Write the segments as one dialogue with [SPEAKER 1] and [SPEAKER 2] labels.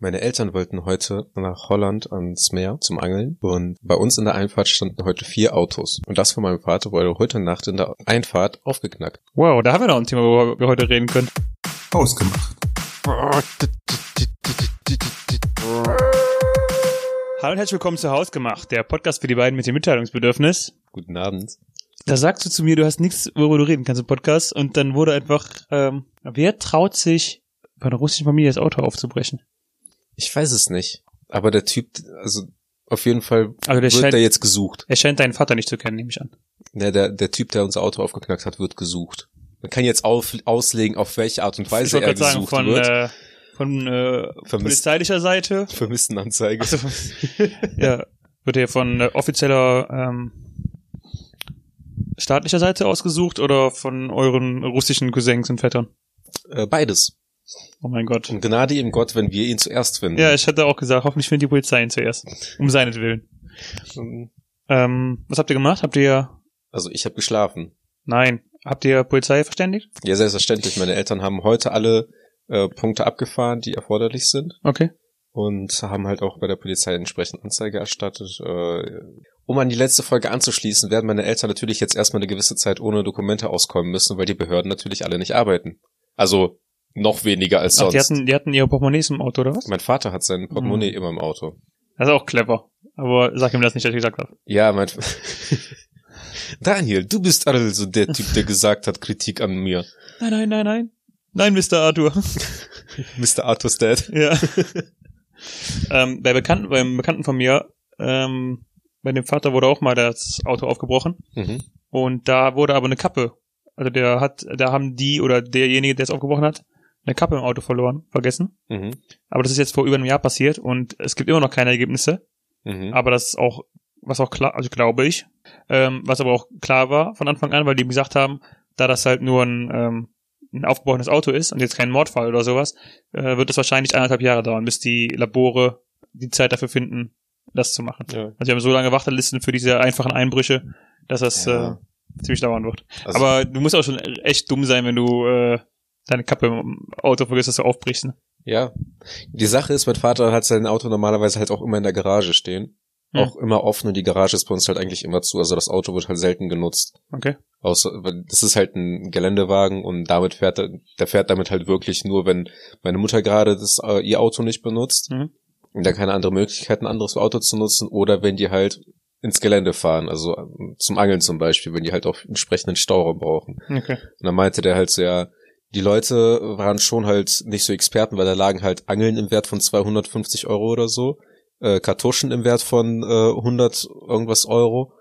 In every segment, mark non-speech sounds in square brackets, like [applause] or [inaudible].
[SPEAKER 1] Meine Eltern wollten heute nach Holland ans Meer zum Angeln und bei uns in der Einfahrt standen heute vier Autos. Und das von meinem Vater wurde heute Nacht in der Einfahrt aufgeknackt.
[SPEAKER 2] Wow, da haben wir noch ein Thema, worüber wir heute reden können.
[SPEAKER 3] Ausgemacht.
[SPEAKER 2] Hallo und herzlich willkommen zu Hausgemacht, der Podcast für die beiden mit dem Mitteilungsbedürfnis.
[SPEAKER 1] Guten Abend.
[SPEAKER 2] Da sagst du zu mir, du hast nichts, worüber du reden kannst im Podcast und dann wurde einfach, ähm, wer traut sich, bei einer russischen Familie das Auto aufzubrechen?
[SPEAKER 1] Ich weiß es nicht. Aber der Typ, also auf jeden Fall
[SPEAKER 2] Also der
[SPEAKER 1] wird
[SPEAKER 2] scheint,
[SPEAKER 1] der jetzt gesucht.
[SPEAKER 2] er scheint deinen Vater nicht zu kennen, nehme ich an.
[SPEAKER 1] Ne, der, der Typ, der unser Auto aufgeknackt hat, wird gesucht. Man kann jetzt auf, auslegen, auf welche Art und
[SPEAKER 2] ich
[SPEAKER 1] Weise
[SPEAKER 2] wollte
[SPEAKER 1] er
[SPEAKER 2] gerade sagen,
[SPEAKER 1] gesucht
[SPEAKER 2] von,
[SPEAKER 1] wird.
[SPEAKER 2] äh, von äh,
[SPEAKER 1] Vermisst.
[SPEAKER 2] polizeilicher Seite.
[SPEAKER 1] Vermisstenanzeige.
[SPEAKER 2] Also, [laughs] ja, wird er von äh, offizieller ähm, staatlicher Seite ausgesucht oder von euren russischen Cousins und Vettern?
[SPEAKER 1] Äh, beides.
[SPEAKER 2] Oh mein Gott.
[SPEAKER 1] Und Gnade ihm Gott, wenn wir ihn zuerst finden.
[SPEAKER 2] Ja, ich hatte auch gesagt, hoffentlich findet die Polizei ihn zuerst. Um seinetwillen. Ähm, was habt ihr gemacht? Habt ihr.
[SPEAKER 1] Also ich habe geschlafen.
[SPEAKER 2] Nein. Habt ihr Polizei verständigt?
[SPEAKER 1] Ja, selbstverständlich. Meine Eltern haben heute alle äh, Punkte abgefahren, die erforderlich sind
[SPEAKER 2] Okay.
[SPEAKER 1] und haben halt auch bei der Polizei entsprechend Anzeige erstattet. Äh, um an die letzte Folge anzuschließen, werden meine Eltern natürlich jetzt erstmal eine gewisse Zeit ohne Dokumente auskommen müssen, weil die Behörden natürlich alle nicht arbeiten. Also noch weniger als
[SPEAKER 2] Ach,
[SPEAKER 1] sonst.
[SPEAKER 2] die hatten, die hatten ihre Portemonnaies im Auto, oder was?
[SPEAKER 1] mein Vater hat sein Portemonnaie
[SPEAKER 2] Mhm.
[SPEAKER 1] immer im Auto.
[SPEAKER 2] Das ist auch clever. Aber sag ihm das nicht, dass ich gesagt habe.
[SPEAKER 1] Ja, mein [laughs] Daniel, du bist also der Typ, der gesagt hat, Kritik an mir.
[SPEAKER 2] Nein, nein, nein, nein. Nein, Mr. Arthur.
[SPEAKER 1] Mr. Arthur's
[SPEAKER 2] [laughs]
[SPEAKER 1] Dad.
[SPEAKER 2] Ja. ähm, bei Bekannten, beim Bekannten von mir, ähm, bei dem Vater wurde auch mal das Auto aufgebrochen
[SPEAKER 1] Mhm.
[SPEAKER 2] und da wurde aber eine Kappe. Also der hat, da haben die oder derjenige, der es aufgebrochen hat, eine Kappe im Auto verloren, vergessen.
[SPEAKER 1] Mhm.
[SPEAKER 2] Aber das ist jetzt vor über einem Jahr passiert und es gibt immer noch keine Ergebnisse.
[SPEAKER 1] Mhm.
[SPEAKER 2] Aber das ist auch, was auch klar, also glaube ich, ähm, was aber auch klar war von Anfang an, weil die eben gesagt haben, da das halt nur ein, ähm, ein aufgebrochenes Auto ist und jetzt kein Mordfall oder sowas, äh, wird es wahrscheinlich anderthalb Jahre dauern, bis die Labore die Zeit dafür finden, das zu machen.
[SPEAKER 1] Ja.
[SPEAKER 2] Also wir haben so lange Wartelisten für diese einfachen Einbrüche, dass das
[SPEAKER 1] Ja.
[SPEAKER 2] äh, ziemlich dauern wird.
[SPEAKER 1] Also-
[SPEAKER 2] aber du musst auch schon echt dumm sein, wenn du äh, deine Kappe im Auto vergisst, dass du aufbrichst. Ne?
[SPEAKER 1] Ja. Die Sache ist, mein Vater hat sein Auto normalerweise halt auch immer in der Garage stehen.
[SPEAKER 2] Hm.
[SPEAKER 1] Auch immer offen und die Garage ist bei uns halt eigentlich immer zu. Also das Auto wird halt selten genutzt.
[SPEAKER 2] Okay.
[SPEAKER 1] Außer, weil das ist halt ein Geländewagen und damit fährt er, der fährt damit halt wirklich nur, wenn meine Mutter gerade das, äh, ihr Auto nicht benutzt
[SPEAKER 2] Mhm.
[SPEAKER 1] und da keine andere Möglichkeit, ein anderes Auto zu nutzen oder wenn die halt ins Gelände fahren, also ähm, zum Angeln zum Beispiel, wenn die halt auch entsprechenden Stauraum brauchen.
[SPEAKER 2] Okay.
[SPEAKER 1] Und dann meinte der halt so, ja, die Leute waren schon halt nicht so Experten, weil da lagen halt Angeln im Wert von 250 Euro oder so, äh, Kartuschen im Wert von äh, 100 irgendwas Euro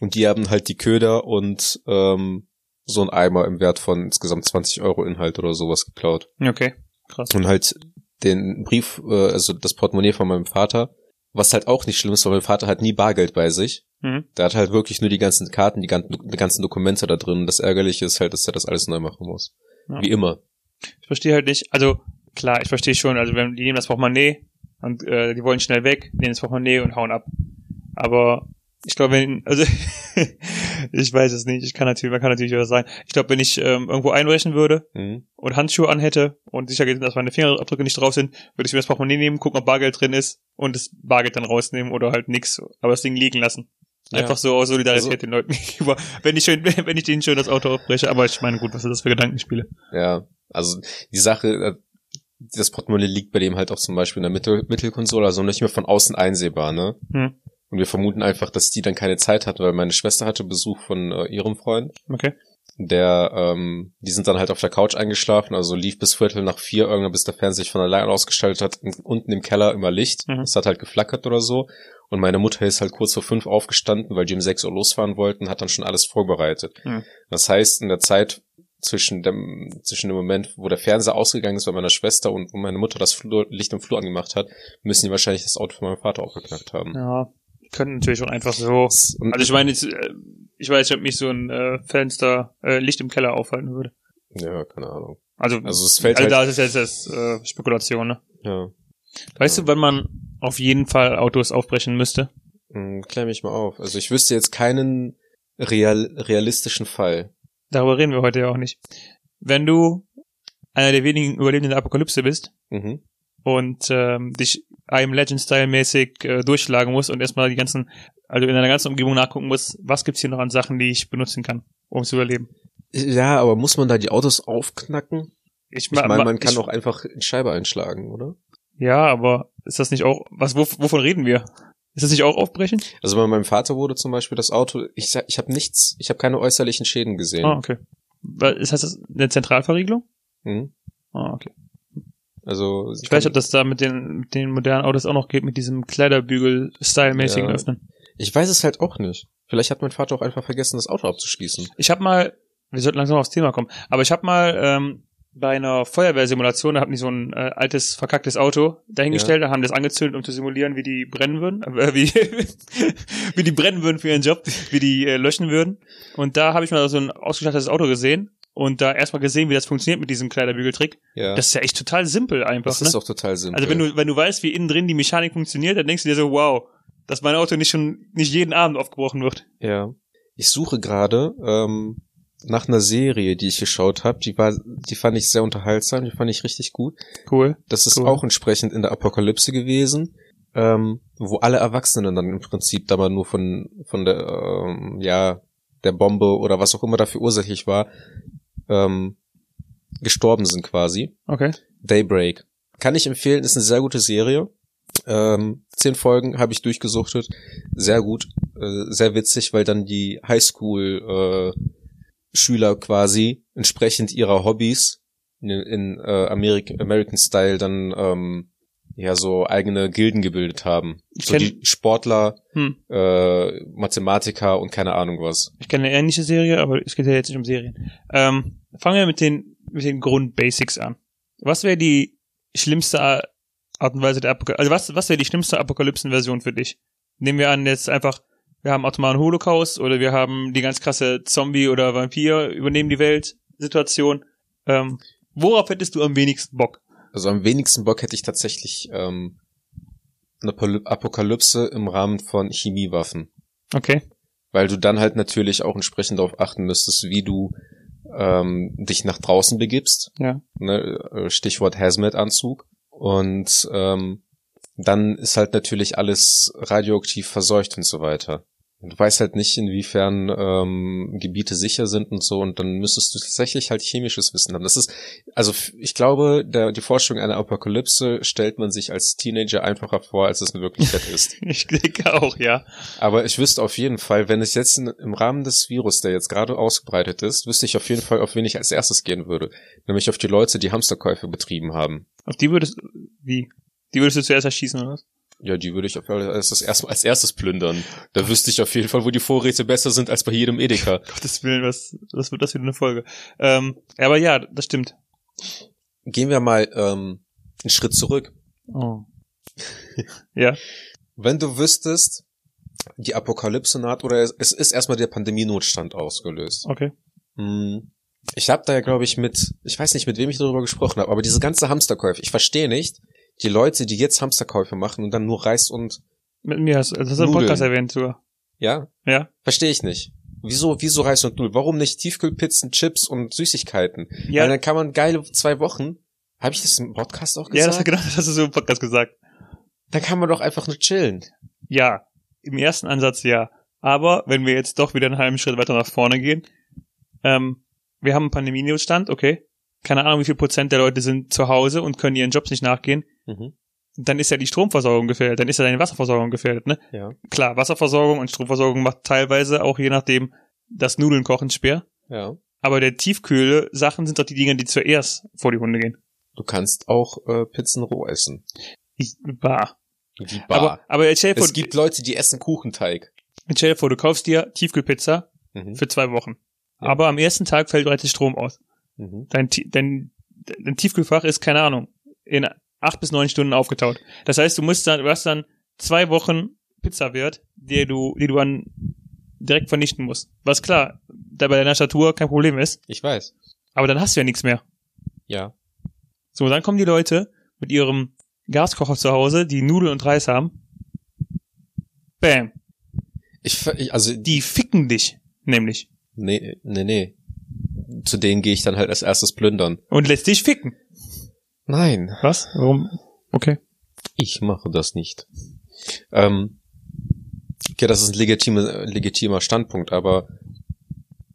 [SPEAKER 1] und die haben halt die Köder und ähm, so ein Eimer im Wert von insgesamt 20 Euro Inhalt oder sowas geklaut.
[SPEAKER 2] Okay. Krass.
[SPEAKER 1] Und halt den Brief, äh, also das Portemonnaie von meinem Vater, was halt auch nicht schlimm ist, weil mein Vater hat nie Bargeld bei sich.
[SPEAKER 2] Mhm.
[SPEAKER 1] Der hat halt wirklich nur die ganzen Karten, die ganzen, die ganzen Dokumente da drin. Das Ärgerliche ist halt, dass er das alles neu machen muss.
[SPEAKER 2] Ja.
[SPEAKER 1] Wie immer.
[SPEAKER 2] Ich verstehe halt nicht, also klar, ich verstehe schon, also wenn die nehmen das Portemonnaie und äh, die wollen schnell weg, nehmen das Portemonnaie und hauen ab. Aber ich glaube, wenn, also [laughs] ich weiß es nicht, ich kann natürlich, man kann natürlich was sagen. Ich glaube, wenn ich ähm, irgendwo einbrechen würde
[SPEAKER 1] Mhm.
[SPEAKER 2] und Handschuhe anhätte und sicher geht, dass meine Fingerabdrücke nicht drauf sind, würde ich mir das Portemonnaie nehmen, gucken, ob Bargeld drin ist und das Bargeld dann rausnehmen oder halt nix, aber das Ding liegen lassen.
[SPEAKER 1] Ja.
[SPEAKER 2] Einfach so aus Solidarität
[SPEAKER 1] Also-
[SPEAKER 2] den Leuten [laughs] gegenüber, wenn ich, schon, [laughs] wenn ich denen schon das Auto aufbreche. Aber ich meine, gut, was sind das für Gedankenspiele?
[SPEAKER 1] Ja. Also die Sache, äh, das Portemonnaie liegt bei dem halt auch zum Beispiel in der Mittel Mittelkonsole, also nicht mehr von außen einsehbar, ne?
[SPEAKER 2] Hm.
[SPEAKER 1] Und wir vermuten einfach, dass die dann keine Zeit hatten, weil meine Schwester hatte Besuch von äh, ihrem Freund.
[SPEAKER 2] Okay.
[SPEAKER 1] Der, ähm, die sind dann halt auf der Couch eingeschlafen, also lief bis Viertel nach vier irgendwann, bis der Fernseher sich von allein ausgeschaltet hat. Und unten im Keller immer Licht.
[SPEAKER 2] Mhm.
[SPEAKER 1] Es hat halt geflackert oder so. Und meine Mutter ist halt kurz vor fünf aufgestanden, weil die um sechs Uhr losfahren wollten, hat dann schon alles vorbereitet.
[SPEAKER 2] Mhm.
[SPEAKER 1] Das heißt, in der Zeit zwischen dem, zwischen dem Moment, wo der Fernseher ausgegangen ist bei meiner Schwester und wo meine Mutter das Flur, Licht im Flur angemacht hat, müssen die wahrscheinlich das Auto von meinem Vater aufgeknackt haben.
[SPEAKER 2] Ja, können natürlich schon einfach so.
[SPEAKER 1] Und-
[SPEAKER 2] Also ich meine, jetzt, äh, ich weiß nicht, ob mich so ein äh, Fenster äh, Licht im Keller aufhalten würde.
[SPEAKER 1] ja, keine Ahnung.
[SPEAKER 2] Also,
[SPEAKER 1] Also es fällt
[SPEAKER 2] also
[SPEAKER 1] halt,
[SPEAKER 2] da ist jetzt das äh, Spekulation, ne?
[SPEAKER 1] ja.
[SPEAKER 2] Weißt
[SPEAKER 1] Ja.
[SPEAKER 2] du, wenn man auf jeden Fall Autos aufbrechen müsste?
[SPEAKER 1] Hm, Klär mich mal auf. Also ich wüsste jetzt keinen real, realistischen Fall.
[SPEAKER 2] Darüber reden wir heute ja auch nicht. Wenn du einer der wenigen Überlebenden der Apokalypse bist
[SPEAKER 1] Mhm.
[SPEAKER 2] und ähm, dich einem Legend-Style-mäßig äh, durchschlagen musst und erstmal die ganzen, also in deiner ganzen Umgebung nachgucken musst, was gibt's hier noch an Sachen, die ich benutzen kann, um zu überleben.
[SPEAKER 1] Ja, aber muss man da die Autos aufknacken?
[SPEAKER 2] Ich,
[SPEAKER 1] Ich
[SPEAKER 2] ma-
[SPEAKER 1] meine,
[SPEAKER 2] ma-
[SPEAKER 1] man kann
[SPEAKER 2] ich,
[SPEAKER 1] auch einfach in Scheibe einschlagen, oder?
[SPEAKER 2] Ja, aber ist das nicht auch, was, wo, wovon reden wir? Ist das nicht auch aufbrechen?
[SPEAKER 1] Also bei meinem Vater wurde zum Beispiel das Auto, ich sag, ich habe nichts, ich habe keine äußerlichen Schäden gesehen.
[SPEAKER 2] Ah, okay. Wa- Ist das eine Zentralverriegelung?
[SPEAKER 1] Mhm.
[SPEAKER 2] Ah, okay.
[SPEAKER 1] Also
[SPEAKER 2] Ich weiß nicht, ob das da mit den, mit den modernen Autos auch noch geht, mit diesem Kleiderbügel-Style-mäßigen
[SPEAKER 1] Ja.
[SPEAKER 2] Öffnen.
[SPEAKER 1] ich weiß es halt auch nicht. Vielleicht hat mein Vater auch einfach vergessen, das Auto abzuschließen.
[SPEAKER 2] Ich habe mal, wir sollten langsam aufs Thema kommen, aber ich habe mal ähm, bei einer Feuerwehrsimulation, da hatten die so ein äh, altes, verkacktes Auto dahingestellt, da haben die das angezündet, um zu simulieren, wie die brennen würden, [laughs] äh, wie, wie die brennen würden für ihren Job, wie die äh, löschen würden. Und da habe ich mal so ein ausgestattetes Auto gesehen und da erstmal gesehen, wie das funktioniert mit diesem Kleiderbügeltrick.
[SPEAKER 1] Ja.
[SPEAKER 2] Das ist ja echt total simpel einfach.
[SPEAKER 1] Das
[SPEAKER 2] ne?
[SPEAKER 1] ist auch total simpel.
[SPEAKER 2] Also wenn du, wenn du weißt, wie innen drin die Mechanik funktioniert, dann denkst du dir so, wow, dass mein Auto nicht schon nicht jeden Abend aufgebrochen wird.
[SPEAKER 1] Ja. Ich suche gerade ähm, nach einer Serie, die ich geschaut habe. Die war, die fand ich sehr unterhaltsam, die fand ich richtig gut.
[SPEAKER 2] Cool.
[SPEAKER 1] Das ist
[SPEAKER 2] Cool.
[SPEAKER 1] auch entsprechend in der Apokalypse gewesen, ähm, wo alle Erwachsenen dann im Prinzip da mal nur von, von der, ähm, ja, der Bombe oder was auch immer dafür ursächlich war, ähm, gestorben sind quasi.
[SPEAKER 2] Okay.
[SPEAKER 1] Daybreak. Kann ich empfehlen, ist eine sehr gute Serie. Ähm, zehn Folgen habe ich durchgesuchtet. Sehr gut, äh, sehr witzig, weil dann die Highschool äh, Schüler quasi entsprechend ihrer Hobbys in, in äh, Amerik American Style dann ähm, ja so eigene Gilden gebildet haben.
[SPEAKER 2] Ich
[SPEAKER 1] So
[SPEAKER 2] kenn-
[SPEAKER 1] die Sportler,
[SPEAKER 2] Hm.
[SPEAKER 1] äh, Mathematiker und keine Ahnung was.
[SPEAKER 2] Ich kenne eine ähnliche Serie, aber es geht ja jetzt nicht um Serien. Ähm, fangen wir mit den, mit den Grundbasics an. Was wäre die schlimmste A- Art und Weise der Apokalypse? Also was, was wäre die schlimmste Apokalypsen-Version für dich? Nehmen wir an, jetzt einfach, wir haben atomaren Holocaust oder wir haben die ganz krasse Zombie- oder Vampir übernehmen die Welt-Situation. Ähm, worauf hättest du am wenigsten Bock?
[SPEAKER 1] Also am wenigsten Bock hätte ich tatsächlich ähm, eine Poly- Apokalypse im Rahmen von Chemiewaffen.
[SPEAKER 2] Okay.
[SPEAKER 1] weil du dann halt natürlich auch entsprechend darauf achten müsstest, wie du ähm, dich nach draußen begibst.
[SPEAKER 2] Ja.
[SPEAKER 1] Ne? äh, Stichwort Hazmat-Anzug. Und ähm, dann ist halt natürlich alles radioaktiv verseucht und so weiter. Und Du weißt halt nicht, inwiefern ähm, Gebiete sicher sind und so, und dann müsstest du tatsächlich halt chemisches Wissen haben. Das ist, also f- ich glaube, der, die Vorstellung einer Apokalypse stellt man sich als Teenager einfacher vor, als es in Wirklichkeit ist.
[SPEAKER 2] Ich denke auch, ja.
[SPEAKER 1] Aber ich wüsste auf jeden Fall, wenn es jetzt in, im Rahmen des Virus, der jetzt gerade ausgebreitet ist, wüsste ich auf jeden Fall, auf wen ich als erstes gehen würde. Nämlich auf die Leute, die Hamsterkäufe betrieben haben.
[SPEAKER 2] Auf die würdest, wie? Die würdest du zuerst erschießen, oder was?
[SPEAKER 1] Ja, die würde ich auf als, erst, als erstes plündern. Da wüsste ich auf jeden Fall, wo die Vorräte besser sind als bei jedem Edeka.
[SPEAKER 2] Gottes Willen, was, was wird das wieder eine Folge? Ähm, aber ja, das stimmt.
[SPEAKER 1] Gehen wir mal ähm, einen Schritt zurück.
[SPEAKER 2] Oh. ja,
[SPEAKER 1] Wenn du wüsstest, die Apokalypse naht oder es, es ist erstmal der Pandemienotstand ausgelöst.
[SPEAKER 2] okay.
[SPEAKER 1] Hm, Ich habe da ja, glaube ich, mit, ich weiß nicht, mit wem ich darüber gesprochen habe, aber diese ganze Hamsterkäufe, ich verstehe nicht, die Leute, die jetzt Hamsterkäufe machen und dann nur Reis und,
[SPEAKER 2] Mit mir hast du, das hast du im
[SPEAKER 1] Nudeln.
[SPEAKER 2] Podcast erwähnt sogar.
[SPEAKER 1] ja,
[SPEAKER 2] Ja.
[SPEAKER 1] verstehe ich nicht. Wieso, wieso Reis und Nudeln? Warum nicht Tiefkühlpizzen, Chips und Süßigkeiten? Ja. Weil
[SPEAKER 2] Ja,
[SPEAKER 1] dann kann man geile zwei Wochen, habe ich das im Podcast auch
[SPEAKER 2] ja das, hat-
[SPEAKER 1] gesagt? Ja,
[SPEAKER 2] genau, das [laughs] hast du so im Podcast gesagt.
[SPEAKER 1] dann kann man doch einfach nur chillen.
[SPEAKER 2] Ja, im ersten Ansatz ja. Aber wenn wir jetzt doch wieder einen halben Schritt weiter nach vorne gehen, ähm, wir haben einen Pandemienotstand, okay. Keine Ahnung, wie viel Prozent der Leute sind zu Hause und können ihren Jobs nicht nachgehen.
[SPEAKER 1] Mhm.
[SPEAKER 2] Dann ist ja die Stromversorgung gefährdet, dann ist ja deine Wasserversorgung gefährdet, ne?
[SPEAKER 1] Ja,
[SPEAKER 2] klar, Wasserversorgung und Stromversorgung macht teilweise auch je nachdem das Nudeln kochen schwer.
[SPEAKER 1] ja.
[SPEAKER 2] Aber der Tiefkühl-Sachen sind doch die Dinger, die zuerst vor die Hunde gehen.
[SPEAKER 1] Du kannst auch äh, Pizzen roh essen.
[SPEAKER 2] Ich, bah.
[SPEAKER 1] Wie bar.
[SPEAKER 2] Aber, aber jetzt stell dir vor,
[SPEAKER 1] es gibt Leute, die essen Kuchenteig.
[SPEAKER 2] jetzt stell dir vor, du kaufst dir Tiefkühlpizza
[SPEAKER 1] Mhm.
[SPEAKER 2] für zwei Wochen.
[SPEAKER 1] Ja.
[SPEAKER 2] Aber am ersten Tag fällt bereits der Strom aus.
[SPEAKER 1] Mhm.
[SPEAKER 2] Dein, Ti- dein, dein Tiefkühlfach ist, keine Ahnung, in acht bis neun Stunden aufgetaut. Das heißt, du musst dann, du hast dann zwei Wochen Pizzawert, die du, die du dann direkt vernichten musst. Was klar, da bei deiner Statur kein Problem ist.
[SPEAKER 1] Ich weiß.
[SPEAKER 2] Aber dann hast du ja nichts mehr.
[SPEAKER 1] Ja.
[SPEAKER 2] So, dann kommen die Leute mit ihrem Gaskocher zu Hause, die Nudeln und Reis haben. Bam.
[SPEAKER 1] Ich, ver- ich also
[SPEAKER 2] Die ficken dich, nämlich.
[SPEAKER 1] Nee, nee, nee. Zu denen gehe ich dann halt als erstes plündern.
[SPEAKER 2] Und lässt dich ficken.
[SPEAKER 1] Nein.
[SPEAKER 2] Was? Warum? Okay.
[SPEAKER 1] Ich mache das nicht. Ähm, okay, das ist ein legitime, legitimer Standpunkt, aber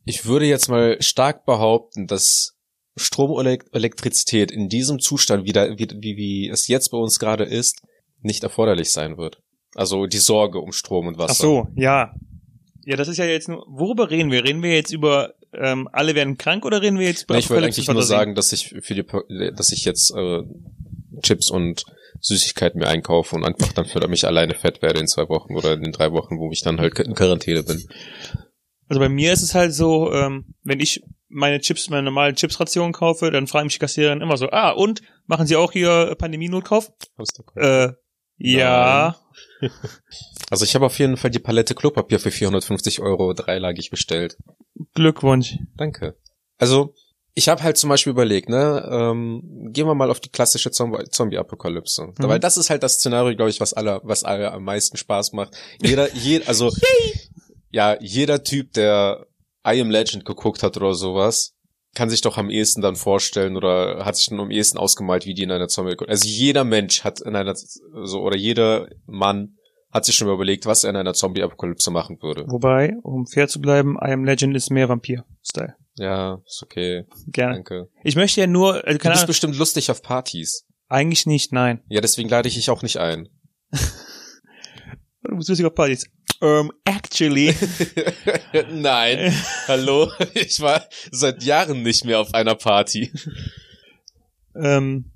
[SPEAKER 1] ich würde jetzt mal stark behaupten, dass Strom und Elek- Elektrizität in diesem Zustand, wie, da, wie, wie, wie es jetzt bei uns gerade ist, nicht erforderlich sein wird. Also die Sorge um Strom und Wasser.
[SPEAKER 2] Ach so, ja. Ja, das ist ja jetzt nur. Worüber reden wir? Reden wir jetzt über ähm, alle werden krank oder reden wir jetzt über
[SPEAKER 1] Nee, ich wollte eigentlich nur
[SPEAKER 2] Apokalypse-Fantasien?
[SPEAKER 1] sagen, dass ich für die, Po- dass ich jetzt äh, Chips und Süßigkeiten mir einkaufe und einfach dann für mich alleine fett werde in zwei Wochen oder in den drei Wochen, wo ich dann halt in Quarantäne bin.
[SPEAKER 2] Also bei mir ist es halt so, ähm, wenn ich meine Chips, meine normale Chipsration kaufe, dann fragen mich die Kassiererin immer so, ah, und machen Sie auch hier Pandemienotkauf? Äh, ja.
[SPEAKER 1] Also ich habe auf jeden Fall die Palette Klopapier für 450 Euro dreilagig bestellt.
[SPEAKER 2] Glückwunsch.
[SPEAKER 1] Danke. Also, ich habe halt zum Beispiel überlegt, ne, ähm, gehen wir mal auf die klassische Zomb- Zombie-Apokalypse. Weil das ist halt das Szenario, glaube ich, was alle, was alle am meisten Spaß macht. Jeder, je, also, ja, jeder Typ, der I Am Legend geguckt hat oder sowas, kann sich doch am ehesten dann vorstellen oder hat sich dann am ehesten ausgemalt, wie die in einer Zombie, also jeder Mensch hat in einer, so, oder jeder Mann hat sich schon mal überlegt, was er in einer Zombie-Apokalypse machen würde.
[SPEAKER 2] Wobei, um fair zu bleiben, I Am Legend ist mehr Vampir-Style.
[SPEAKER 1] Ja, ist okay,
[SPEAKER 2] Gerne.
[SPEAKER 1] danke.
[SPEAKER 2] Ich möchte ja nur, also
[SPEAKER 1] Du
[SPEAKER 2] keine
[SPEAKER 1] bist
[SPEAKER 2] Ahnung,
[SPEAKER 1] bestimmt lustig auf Partys.
[SPEAKER 2] eigentlich nicht, nein.
[SPEAKER 1] Ja, deswegen lade ich dich auch nicht ein. [laughs]
[SPEAKER 2] Du bist lustiger Partys.
[SPEAKER 1] Ähm,
[SPEAKER 2] Um, actually.
[SPEAKER 1] Nein, hallo, [laughs] ich war seit Jahren nicht mehr auf einer Party.
[SPEAKER 2] [laughs] ähm,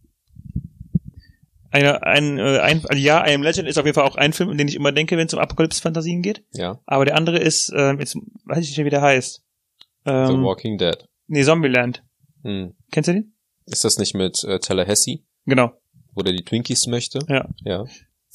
[SPEAKER 2] eine, ein, äh, ein, also ja, I Am Legend ist auf jeden Fall auch ein Film, an den ich immer denke, wenn es um Apokalypse-Fantasien geht.
[SPEAKER 1] Ja,
[SPEAKER 2] Aber der andere ist, ähm, jetzt weiß ich nicht, mehr, wie der heißt.
[SPEAKER 1] The
[SPEAKER 2] Ähm,
[SPEAKER 1] Walking Dead.
[SPEAKER 2] nee, Zombieland.
[SPEAKER 1] Hm.
[SPEAKER 2] Kennst du den?
[SPEAKER 1] Ist das nicht mit äh, Tallahassee,
[SPEAKER 2] Genau.
[SPEAKER 1] wo der die Twinkies möchte?
[SPEAKER 2] Ja.
[SPEAKER 1] Ja.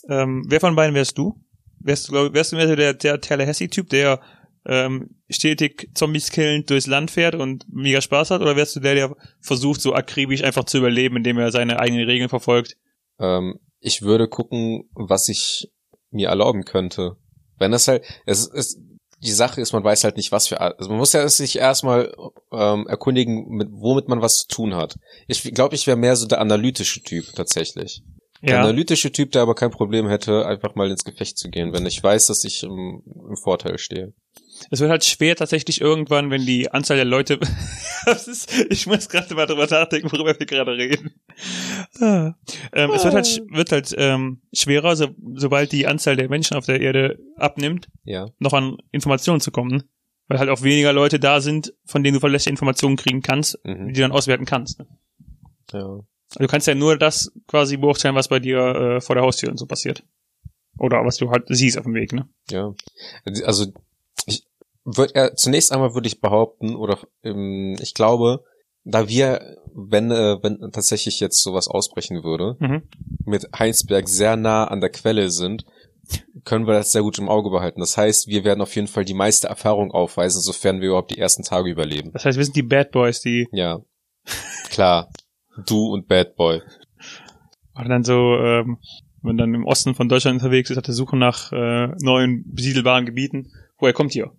[SPEAKER 2] Ähm, wer von beiden wärst du? Wärst du, glaub, wärst du mehr so der, der Tallahassee-Typ, der ähm, stetig Zombies killend durchs Land fährt und mega Spaß hat? Oder wärst du der, der versucht, so akribisch einfach zu überleben, indem er seine eigenen Regeln verfolgt?
[SPEAKER 1] Ähm, ich würde gucken, was ich mir erlauben könnte. Wenn das halt, es ist, die Sache ist, man weiß halt nicht, was für, Ar- also man muss ja sich erstmal ähm, erkundigen, mit, womit man was zu tun hat. Ich glaube, ich wäre mehr so der analytische Typ tatsächlich. Der analytische Typ, der aber kein Problem hätte, einfach mal ins Gefecht zu gehen, wenn ich weiß, dass ich im, im Vorteil stehe.
[SPEAKER 2] Es wird halt schwer tatsächlich irgendwann, wenn die Anzahl der Leute. [laughs] das ist, ich muss gerade mal drüber nachdenken, worüber wir gerade reden. Ah. Ähm, es wird halt, sch- wird halt ähm, schwerer, so, sobald die Anzahl der Menschen auf der Erde abnimmt,
[SPEAKER 1] Ja.
[SPEAKER 2] noch an Informationen zu kommen. Weil halt auch weniger Leute da sind, von denen du verlässliche Informationen kriegen kannst, die
[SPEAKER 1] Mhm.
[SPEAKER 2] du dann auswerten kannst. Also
[SPEAKER 1] ja.
[SPEAKER 2] du kannst ja nur das quasi beurteilen, was bei dir äh, vor der Haustür und so passiert. Oder was du halt siehst auf dem Weg, ne?
[SPEAKER 1] Ja. Also ich würd, äh, zunächst einmal würde ich behaupten, oder ähm, ich glaube, da wir, wenn, äh, wenn tatsächlich jetzt sowas ausbrechen würde,
[SPEAKER 2] Mhm.
[SPEAKER 1] mit Heinsberg sehr nah an der Quelle sind, können wir das sehr gut im Auge behalten. Das heißt, wir werden auf jeden Fall die meiste Erfahrung aufweisen, sofern wir überhaupt die ersten Tage überleben.
[SPEAKER 2] Das heißt, wir sind die Bad Boys, die
[SPEAKER 1] Ja. Klar. Du und Bad Boy.
[SPEAKER 2] Und dann so, ähm, wenn dann im Osten von Deutschland unterwegs ist, auf der Suche nach äh, neuen besiedelbaren Gebieten, woher kommt ihr?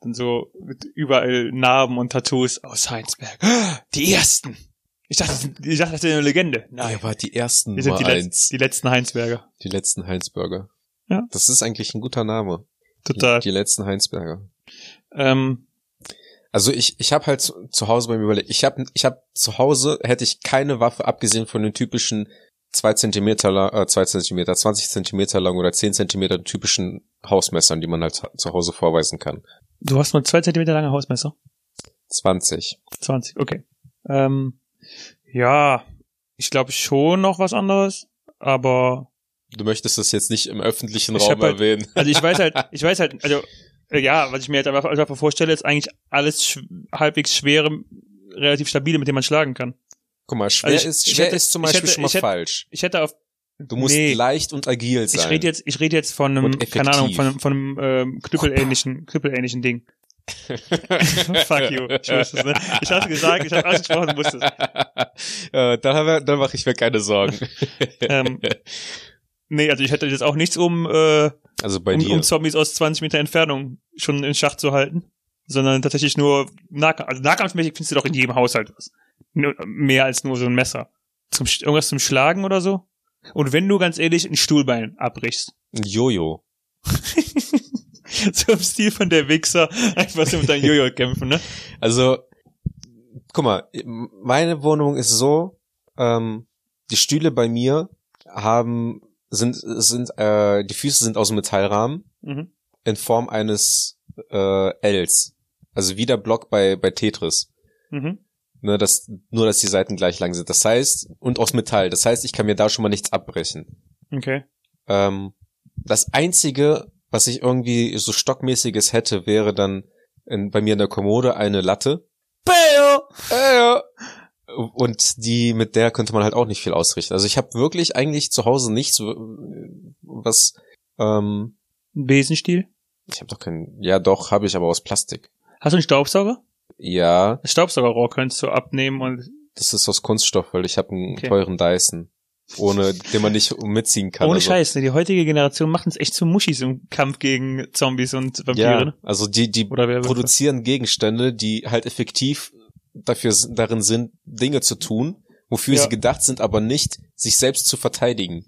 [SPEAKER 2] Dann so mit überall Narben und Tattoos aus Heinsberg. [gasps] Die ersten! Ich dachte, das sind- ich dachte, das ist eine Legende. Nein,
[SPEAKER 1] Ihr wart die ersten
[SPEAKER 2] wir sind
[SPEAKER 1] Nummer
[SPEAKER 2] die, Letz
[SPEAKER 1] Hm, eins.
[SPEAKER 2] die letzten Heinsberger.
[SPEAKER 1] Die letzten Heinsberger.
[SPEAKER 2] Ja.
[SPEAKER 1] Das ist eigentlich ein guter Name.
[SPEAKER 2] Total.
[SPEAKER 1] Die, die letzten Heinsberger.
[SPEAKER 2] Ähm,
[SPEAKER 1] Also ich, ich habe halt zu, zu Hause bei mir überlegt, ich habe ich hab, zu Hause hätte ich keine Waffe, abgesehen von den typischen zwei Zentimeter lang, äh, zwei Zentimeter, 20 Zentimeter lang oder 10 Zentimeter typischen Hausmessern, die man halt zu- zu Hause vorweisen kann.
[SPEAKER 2] du hast nur zwei Zentimeter lange Hausmesser.
[SPEAKER 1] 20.
[SPEAKER 2] 20, okay. Ähm, ja, ich glaube schon noch was anderes, aber
[SPEAKER 1] Du möchtest das jetzt nicht im öffentlichen
[SPEAKER 2] Ich
[SPEAKER 1] Raum
[SPEAKER 2] hab halt-
[SPEAKER 1] erwähnen.
[SPEAKER 2] Also ich
[SPEAKER 1] [laughs]
[SPEAKER 2] weiß halt, ich weiß halt, also äh, ja, was ich mir jetzt einfach, also einfach vorstelle, ist eigentlich alles sch halbwegs schwere, relativ stabile, mit dem man schlagen kann.
[SPEAKER 1] Guck mal, schwer,
[SPEAKER 2] Also ich-
[SPEAKER 1] ist,
[SPEAKER 2] ich
[SPEAKER 1] schwer
[SPEAKER 2] hätte-
[SPEAKER 1] ist zum
[SPEAKER 2] ich
[SPEAKER 1] Beispiel
[SPEAKER 2] hätte-
[SPEAKER 1] schon mal
[SPEAKER 2] ich hätte-
[SPEAKER 1] falsch.
[SPEAKER 2] Ich hätte auf,
[SPEAKER 1] Du musst
[SPEAKER 2] Nee.
[SPEAKER 1] leicht und agil sein.
[SPEAKER 2] ich rede jetzt, ich rede jetzt von einem,
[SPEAKER 1] Und effektiv.
[SPEAKER 2] keine Ahnung, von einem, von einem ähm, knüppelähnlichen, knüppelähnlichen
[SPEAKER 1] [laughs]
[SPEAKER 2] Ding. Fuck you. Ich, wusste es, ne? ich hatte gesagt, ich habe ausgesprochen, du wusstest.
[SPEAKER 1] äh, da hab- da mache ich mir keine Sorgen.
[SPEAKER 2] Ähm, nee, also ich hätte jetzt auch nichts, um, äh,
[SPEAKER 1] Also bei
[SPEAKER 2] um,
[SPEAKER 1] dir.
[SPEAKER 2] um Zombies aus 20 Meter Entfernung schon in Schach zu halten, sondern tatsächlich nur Nahkampf. Also nahkampfmäßig findest du doch in jedem Haushalt was. Nur- Mehr als nur so ein Messer. Zum, Sch- irgendwas zum Schlagen oder so? Und wenn du ganz ehrlich ein Stuhlbein abbrichst. [laughs]
[SPEAKER 1] Ein Jojo.
[SPEAKER 2] so im Stil von der Wichser, einfach so mit deinem Jojo kämpfen, ne?
[SPEAKER 1] Also, guck mal, meine Wohnung ist so, ähm, die Stühle bei mir haben, sind, sind, äh, die Füße sind aus dem Metallrahmen
[SPEAKER 2] Mhm.
[SPEAKER 1] in Form eines äh, Ls. Also wie der Block bei, bei Tetris.
[SPEAKER 2] Mhm.
[SPEAKER 1] Ne, dass, nur, dass die Seiten gleich lang sind. Das heißt, und aus Metall. Das heißt, ich kann mir da schon mal nichts abbrechen.
[SPEAKER 2] Okay.
[SPEAKER 1] Ähm, das Einzige, was ich irgendwie so stockmäßiges hätte, wäre dann in, bei mir in der Kommode eine Latte.
[SPEAKER 2] Beo!
[SPEAKER 1] Äh, ja. Und die, mit der könnte man halt auch nicht viel ausrichten. Also ich habe wirklich eigentlich zu Hause nichts, was, ähm,
[SPEAKER 2] Ein Besenstiel.
[SPEAKER 1] ich habe doch kein, ja doch, habe ich, aber aus Plastik.
[SPEAKER 2] Hast du einen Staubsauger?
[SPEAKER 1] Ja,
[SPEAKER 2] Das Staubsaugerrohr könntest du abnehmen und
[SPEAKER 1] Das ist aus Kunststoff, weil ich habe einen
[SPEAKER 2] Okay.
[SPEAKER 1] teuren Dyson, ohne den man nicht mitziehen kann.
[SPEAKER 2] ohne
[SPEAKER 1] also,
[SPEAKER 2] Scheiß, ne, die heutige Generation macht uns echt zu Muschis im Kampf gegen Zombies und Vampire.
[SPEAKER 1] Ja,
[SPEAKER 2] ne?
[SPEAKER 1] also die die
[SPEAKER 2] Oder wer
[SPEAKER 1] produzieren Gegenstände, die halt effektiv dafür s- darin sind, Dinge zu tun, wofür
[SPEAKER 2] Ja.
[SPEAKER 1] sie gedacht sind, aber nicht sich selbst zu verteidigen.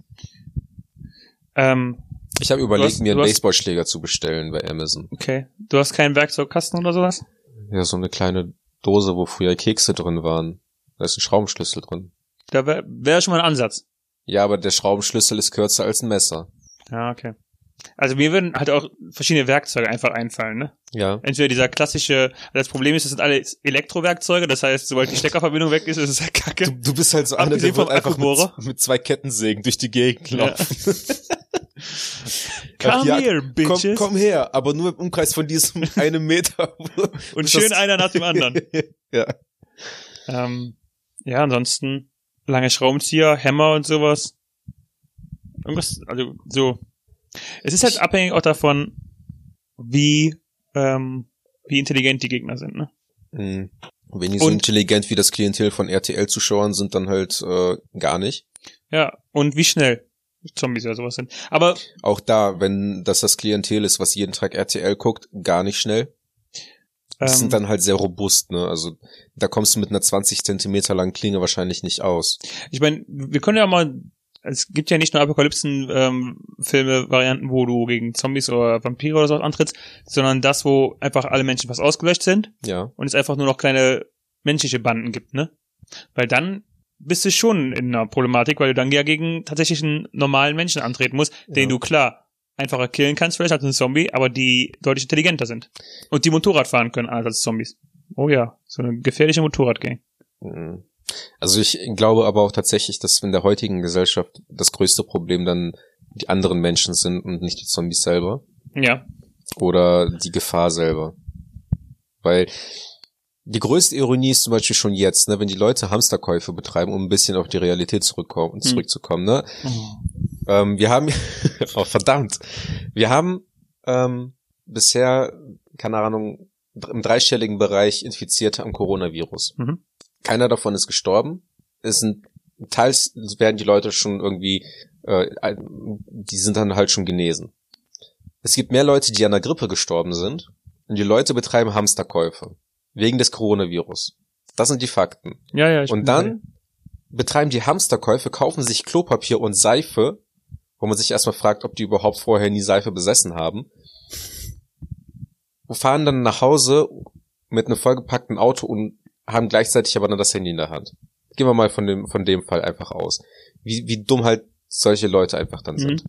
[SPEAKER 2] Ähm,
[SPEAKER 1] Ich habe überlegt,
[SPEAKER 2] hast-
[SPEAKER 1] mir einen
[SPEAKER 2] du hast-
[SPEAKER 1] Baseballschläger zu bestellen bei Amazon.
[SPEAKER 2] okay. Du hast keinen Werkzeugkasten oder sowas?
[SPEAKER 1] Ja, so eine kleine Dose, wo früher Kekse drin waren. Da ist ein Schraubenschlüssel drin.
[SPEAKER 2] Da wäre wär schon mal ein Ansatz.
[SPEAKER 1] Ja, aber der Schraubenschlüssel ist kürzer als ein Messer.
[SPEAKER 2] Ja, okay. Also mir würden halt auch verschiedene Werkzeuge einfach einfallen, ne?
[SPEAKER 1] Ja.
[SPEAKER 2] Entweder dieser klassische, also das Problem ist, das sind alle Elektrowerkzeuge, das heißt, sobald die Steckerverbindung weg ist, ist es ja
[SPEAKER 1] Du,
[SPEAKER 2] kacke.
[SPEAKER 1] du bist halt so einer, der
[SPEAKER 2] Abgesehen
[SPEAKER 1] wird
[SPEAKER 2] vom
[SPEAKER 1] einfach
[SPEAKER 2] Akkubohrer.
[SPEAKER 1] mit, mit zwei Kettensägen durch die Gegend
[SPEAKER 2] Ja.
[SPEAKER 1] laufen.
[SPEAKER 2] Come
[SPEAKER 1] Ja,
[SPEAKER 2] here,
[SPEAKER 1] Komm,
[SPEAKER 2] bitches.
[SPEAKER 1] komm her, aber nur im Umkreis von diesem
[SPEAKER 2] [laughs]
[SPEAKER 1] einem Meter.
[SPEAKER 2] Und schön
[SPEAKER 1] das-
[SPEAKER 2] einer nach dem anderen.
[SPEAKER 1] ja.
[SPEAKER 2] ähm, ja, ansonsten lange Schraubenzieher, Hämmer und sowas. Irgendwas, also so. Es ist halt abhängig auch davon, wie, ähm, wie intelligent die Gegner sind, ne?
[SPEAKER 1] Mhm. Wenn die so
[SPEAKER 2] Und-
[SPEAKER 1] intelligent wie das Klientel von RTL-Zuschauern sind, dann halt äh, gar nicht.
[SPEAKER 2] Ja, und wie schnell Zombies oder sowas sind. Aber
[SPEAKER 1] Auch da, wenn das das Klientel ist, was jeden Tag RTL guckt, gar nicht schnell. Die
[SPEAKER 2] ähm,
[SPEAKER 1] sind dann halt sehr robust, ne? Also da kommst du mit einer 20 Zentimeter langen Klinge wahrscheinlich nicht aus.
[SPEAKER 2] Ich meine, wir können ja mal. Es gibt ja nicht nur Apokalypsen-Filme, Varianten, wo du gegen Zombies oder Vampire oder sowas antrittst, sondern das, wo einfach alle Menschen fast ausgelöscht sind
[SPEAKER 1] Ja.
[SPEAKER 2] und es einfach nur noch kleine menschliche Banden gibt, ne? Weil dann bist du schon in einer Problematik, weil du dann ja gegen tatsächlich einen normalen Menschen antreten musst, den
[SPEAKER 1] Ja.
[SPEAKER 2] du klar einfacher killen kannst, vielleicht als ein Zombie, aber die deutlich intelligenter sind. Und die Motorrad fahren können anders als Zombies. Oh ja, so eine gefährliche Motorradgang.
[SPEAKER 1] Mhm. Also ich glaube aber auch tatsächlich, dass in der heutigen Gesellschaft das größte Problem dann die anderen Menschen sind und nicht die Zombies selber.
[SPEAKER 2] Ja,
[SPEAKER 1] oder die Gefahr selber. Weil die größte Ironie ist zum Beispiel schon jetzt, ne, wenn die Leute Hamsterkäufe betreiben, um ein bisschen auf die Realität zurückkommen, zurückzukommen. Ne? Ähm, wir haben, [laughs] oh, verdammt, wir haben ähm, bisher, keine Ahnung, dr- im dreistelligen Bereich Infizierte am Coronavirus.
[SPEAKER 2] Mhm.
[SPEAKER 1] Keiner davon ist gestorben. Es sind teils werden die Leute schon irgendwie, äh, die sind dann halt schon genesen. Es gibt mehr Leute, die an der Grippe gestorben sind, und die Leute betreiben Hamsterkäufe wegen des Coronavirus. Das sind die Fakten.
[SPEAKER 2] Ja, ja. Ich
[SPEAKER 1] Und
[SPEAKER 2] bin
[SPEAKER 1] dann betreiben die Hamsterkäufe, kaufen sich Klopapier und Seife, wo man sich erstmal fragt, ob die überhaupt vorher nie Seife besessen haben. Und Fahren dann nach Hause mit einem vollgepackten Auto und haben gleichzeitig aber nur das Handy in der Hand. Gehen wir mal von dem, von dem Fall einfach aus. Wie, wie dumm halt solche Leute einfach dann
[SPEAKER 2] Mhm.
[SPEAKER 1] sind.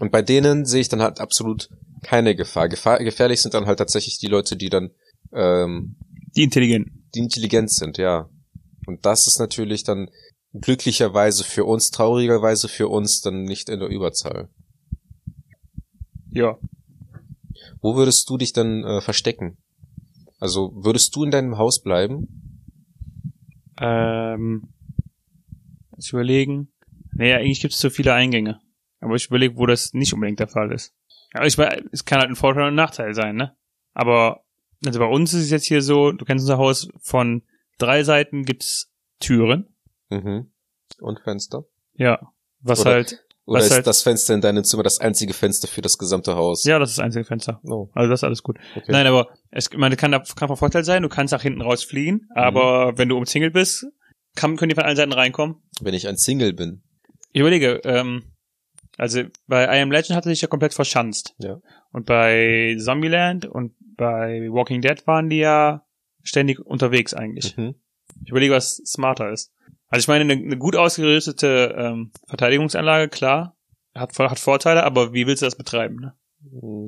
[SPEAKER 1] Und bei denen sehe ich dann halt absolut keine Gefahr. Gefahr. Gefährlich sind dann halt tatsächlich die Leute, die dann ähm,
[SPEAKER 2] die Intelligenten.
[SPEAKER 1] die intelligent sind, ja. Und das ist natürlich dann glücklicherweise für uns, traurigerweise für uns dann nicht in der Überzahl.
[SPEAKER 2] Ja.
[SPEAKER 1] Wo würdest du dich dann äh, verstecken? Also würdest du in deinem Haus bleiben?
[SPEAKER 2] Ähm, ich überlegen. Naja, eigentlich gibt es so viele Eingänge. Aber ich überlege, wo das nicht unbedingt der Fall ist. Aber ich meine, es kann halt ein Vorteil und ein Nachteil sein, ne? Aber also bei uns ist es jetzt hier so, du kennst unser Haus, von drei Seiten gibt's Türen.
[SPEAKER 1] Mhm. Und Fenster?
[SPEAKER 2] Ja. Was
[SPEAKER 1] Oder-
[SPEAKER 2] halt.
[SPEAKER 1] Oder
[SPEAKER 2] Was
[SPEAKER 1] ist
[SPEAKER 2] halt-
[SPEAKER 1] das Fenster in deinem Zimmer das einzige Fenster für das gesamte Haus?
[SPEAKER 2] Ja, das ist das einzige Fenster.
[SPEAKER 1] Oh,
[SPEAKER 2] Also das ist alles gut.
[SPEAKER 1] okay.
[SPEAKER 2] Nein, aber es man kann, da- kann von Vorteil sein, du kannst nach hinten raus fliehen, aber wenn du umzingelt bist, kann, können die von allen Seiten reinkommen.
[SPEAKER 1] wenn ich ein Single bin.
[SPEAKER 2] Ich überlege, ähm, also bei I Am Legend hatte sich ja komplett verschanzt.
[SPEAKER 1] Ja.
[SPEAKER 2] Und bei Zombieland und bei Walking Dead waren die ja ständig unterwegs eigentlich.
[SPEAKER 1] Mhm.
[SPEAKER 2] Ich überlege, was smarter ist. Also ich meine, eine, eine gut ausgerüstete ähm, Verteidigungsanlage, klar, hat, Vor- hat Vorteile, aber wie willst du das betreiben? Ne?
[SPEAKER 1] Mhm.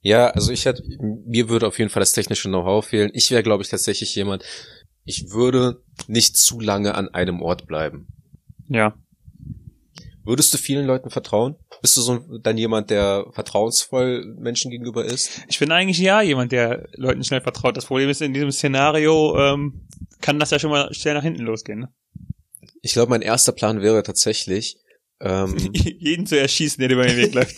[SPEAKER 1] Ja, also ich hätte, mir würde auf jeden Fall das technische Know-how fehlen. Ich wäre, glaube ich, tatsächlich jemand, ich würde nicht zu lange an einem Ort bleiben.
[SPEAKER 2] Ja.
[SPEAKER 1] Würdest du vielen Leuten vertrauen? Bist du so ein- dann jemand, der vertrauensvoll Menschen gegenüber ist?
[SPEAKER 2] Ich bin eigentlich ja jemand, der Leuten schnell vertraut. Das Problem ist, in diesem Szenario ähm, kann das ja schon mal schnell nach hinten losgehen. Ne? [laughs]
[SPEAKER 1] Ich glaube, mein erster Plan wäre tatsächlich, [laughs] ähm,
[SPEAKER 2] Jeden zu erschießen, der dir über den Weg läuft.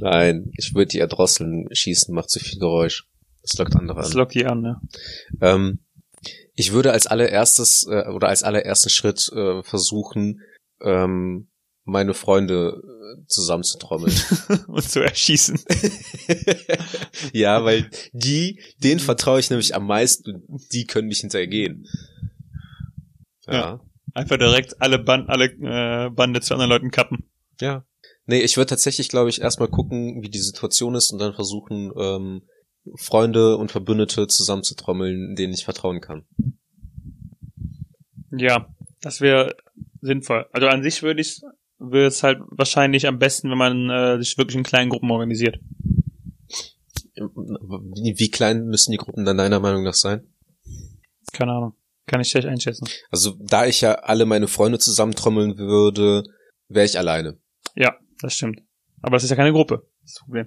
[SPEAKER 1] Nein, ich würde die erdrosseln. Schießen macht zu viel Geräusch. Das lockt andere
[SPEAKER 2] Das
[SPEAKER 1] an.
[SPEAKER 2] lockt die an, ne? [laughs]
[SPEAKER 1] Ähm, ich würde als allererstes äh, oder als allerersten Schritt äh, versuchen, ähm, meine Freunde äh, zusammenzutrommeln.
[SPEAKER 2] Und zu erschießen.
[SPEAKER 1] [laughs] ja, weil die, denen vertraue ich nämlich am meisten und die können mich hintergehen.
[SPEAKER 2] Ja. Einfach direkt alle, Ban alle äh, Bande zu anderen Leuten kappen.
[SPEAKER 1] Ja. Nee, ich würde tatsächlich, glaube ich, erstmal gucken, wie die Situation ist und dann versuchen, ähm, Freunde und Verbündete zusammenzutrommeln, denen ich vertrauen kann.
[SPEAKER 2] Ja, das wäre sinnvoll. Also an sich würde ich würde es halt wahrscheinlich am besten, wenn man äh, sich wirklich in kleinen Gruppen organisiert.
[SPEAKER 1] Wie, wie klein müssen die Gruppen dann deiner Meinung nach sein?
[SPEAKER 2] Keine Ahnung. Kann ich schlecht einschätzen.
[SPEAKER 1] Also, da ich ja alle meine Freunde zusammentrommeln würde, wäre ich alleine.
[SPEAKER 2] Ja, das stimmt. Aber das ist ja keine Gruppe. Das Problem.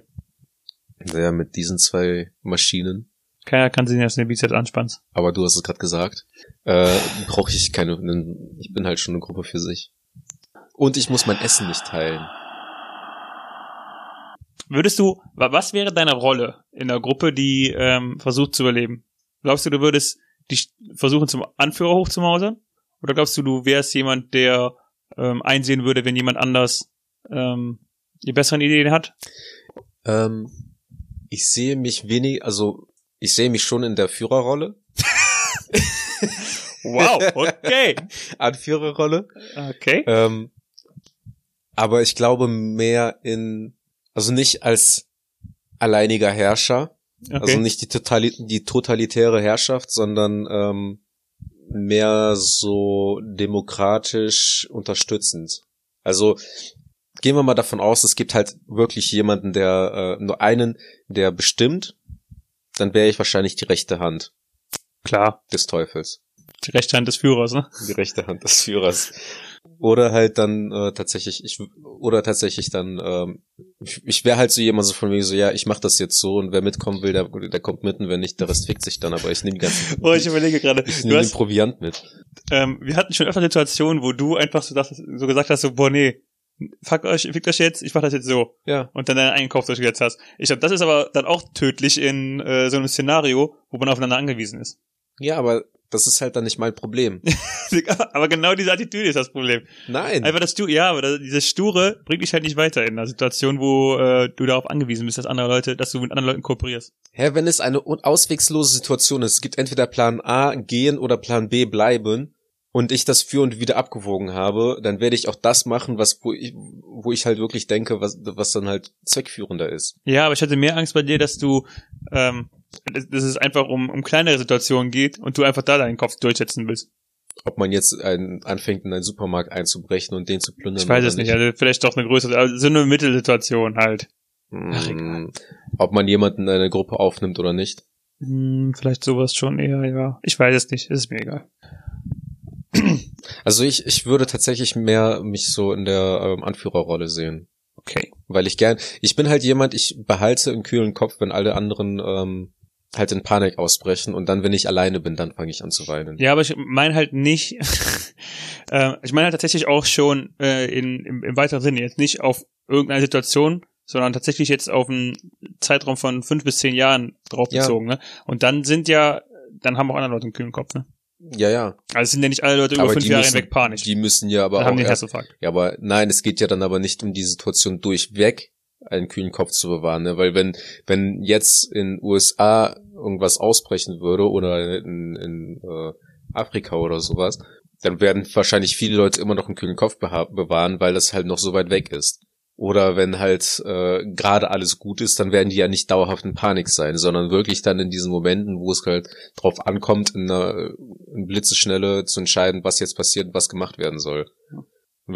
[SPEAKER 1] Ja, mit diesen zwei Maschinen.
[SPEAKER 2] Keiner kann sich jetzt in den Bizeps anspannen.
[SPEAKER 1] Aber du hast es gerade gesagt. Äh, Brauche ich keine. Ich bin halt schon eine Gruppe für sich. Und ich muss mein Essen nicht teilen.
[SPEAKER 2] Würdest du, wa- was wäre deine Rolle in der Gruppe, die ähm, versucht zu überleben? Glaubst du, du würdest dich versuchen, zum Anführer hochzumausern? Oder glaubst du, du wärst jemand, der ähm, einsehen würde, wenn jemand anders ähm, die besseren Ideen hat?
[SPEAKER 1] Ähm, ich sehe mich wenig, also ich sehe mich schon in der Führerrolle, [laughs]
[SPEAKER 2] Wow, okay.
[SPEAKER 1] Anführerrolle.
[SPEAKER 2] Okay.
[SPEAKER 1] Ähm, aber ich glaube mehr in, also nicht als alleiniger Herrscher,
[SPEAKER 2] okay.
[SPEAKER 1] also nicht die, totali die totalitäre Herrschaft, sondern ähm, mehr so demokratisch unterstützend. Also gehen wir mal davon aus, es gibt halt wirklich jemanden, der äh, nur einen, der bestimmt, dann wäre ich wahrscheinlich die rechte Hand
[SPEAKER 2] Klar,
[SPEAKER 1] des Teufels.
[SPEAKER 2] die rechte Hand des Führers, ne?
[SPEAKER 1] Die rechte Hand des Führers. Oder halt dann äh, tatsächlich, ich w- oder tatsächlich dann, ähm, ich, ich wäre halt so jemand so von mir so, ja, ich mach das jetzt so und wer mitkommen will, der, der kommt mit und wer nicht, der Rest fickt sich dann, aber ich nehme die
[SPEAKER 2] [laughs]
[SPEAKER 1] ganzen,
[SPEAKER 2] Oh, ich überlege gerade.
[SPEAKER 1] ich
[SPEAKER 2] Du
[SPEAKER 1] nehme den
[SPEAKER 2] hast,
[SPEAKER 1] Proviant mit.
[SPEAKER 2] ähm, wir hatten schon öfter Situationen, wo du einfach so, dachtest, so gesagt hast, so, boah, nee, fuck euch, fickt euch jetzt, ich mach das jetzt so.
[SPEAKER 1] Ja.
[SPEAKER 2] und dann deinen Einkauf durchgesetzt hast. Ich glaube, das ist aber dann auch tödlich in äh, so einem Szenario, wo man aufeinander angewiesen ist. [laughs]
[SPEAKER 1] Ja, aber das ist halt dann nicht mein Problem.
[SPEAKER 2] aber genau diese Attitüde ist das Problem.
[SPEAKER 1] Nein.
[SPEAKER 2] Einfach das Stu ja, aber das, dieses Sture bringt dich halt nicht weiter in einer Situation, wo äh, du darauf angewiesen bist, dass andere Leute, dass du mit anderen Leuten kooperierst.
[SPEAKER 1] Hä, wenn es eine un- auswegslose Situation ist, es gibt entweder Plan A, gehen oder Plan B, bleiben, und ich das für und wieder abgewogen habe, dann werde ich auch das machen, was, wo ich, wo ich halt wirklich denke, was, was dann halt zweckführender ist.
[SPEAKER 2] Ja, aber ich hatte mehr Angst bei dir, dass du, ähm, dass, dass es einfach um, um kleinere Situationen geht und du einfach da deinen Kopf durchsetzen willst.
[SPEAKER 1] Ob man jetzt ein, anfängt, in einen Supermarkt einzubrechen und den zu plündern.
[SPEAKER 2] Ich weiß
[SPEAKER 1] oder
[SPEAKER 2] es nicht, also vielleicht doch eine größere, also so eine Mittelsituation halt. Ach,
[SPEAKER 1] Hm, ob man jemanden in eine Gruppe aufnimmt oder nicht.
[SPEAKER 2] Hm, vielleicht sowas schon eher, ja. Ich weiß es nicht, ist mir egal.
[SPEAKER 1] Also ich, ich würde tatsächlich mehr mich so in der ähm, Anführerrolle sehen.
[SPEAKER 2] Okay.
[SPEAKER 1] weil ich gern, ich bin halt jemand, ich behalte einen kühlen Kopf, wenn alle anderen ähm, halt in Panik ausbrechen und dann, wenn ich alleine bin, dann fange ich an zu weinen.
[SPEAKER 2] Ja, aber ich meine halt nicht, [laughs] äh, ich meine halt tatsächlich auch schon äh, in, im, im weiteren Sinne, jetzt nicht auf irgendeine Situation, sondern tatsächlich jetzt auf einen Zeitraum von fünf bis zehn Jahren
[SPEAKER 1] Ja.
[SPEAKER 2] draufgezogen. Ne? Und dann sind ja, dann haben auch andere Leute einen kühlen Kopf. Ne?
[SPEAKER 1] Ja, ja.
[SPEAKER 2] Also es sind ja nicht alle Leute über
[SPEAKER 1] Aber
[SPEAKER 2] fünf
[SPEAKER 1] die
[SPEAKER 2] Jahre
[SPEAKER 1] müssen-
[SPEAKER 2] hinweg panisch.
[SPEAKER 1] Die müssen ja aber
[SPEAKER 2] dann haben
[SPEAKER 1] auch
[SPEAKER 2] die halt einen
[SPEAKER 1] erst,
[SPEAKER 2] Herzinfarkt.
[SPEAKER 1] ja, aber nein, es geht ja dann aber nicht um die Situation durchweg einen kühlen Kopf zu bewahren, ne? weil wenn wenn jetzt in USA irgendwas ausbrechen würde oder in, in äh, Afrika oder sowas, dann werden wahrscheinlich viele Leute immer noch einen kühlen Kopf beha- bewahren, weil das halt noch so weit weg ist. Oder wenn halt äh, gerade alles gut ist, dann werden die ja nicht dauerhaft in Panik sein, sondern wirklich dann in diesen Momenten, wo es halt drauf ankommt, in einer in Blitzeschnelle zu entscheiden, was jetzt passiert, was gemacht werden soll. Und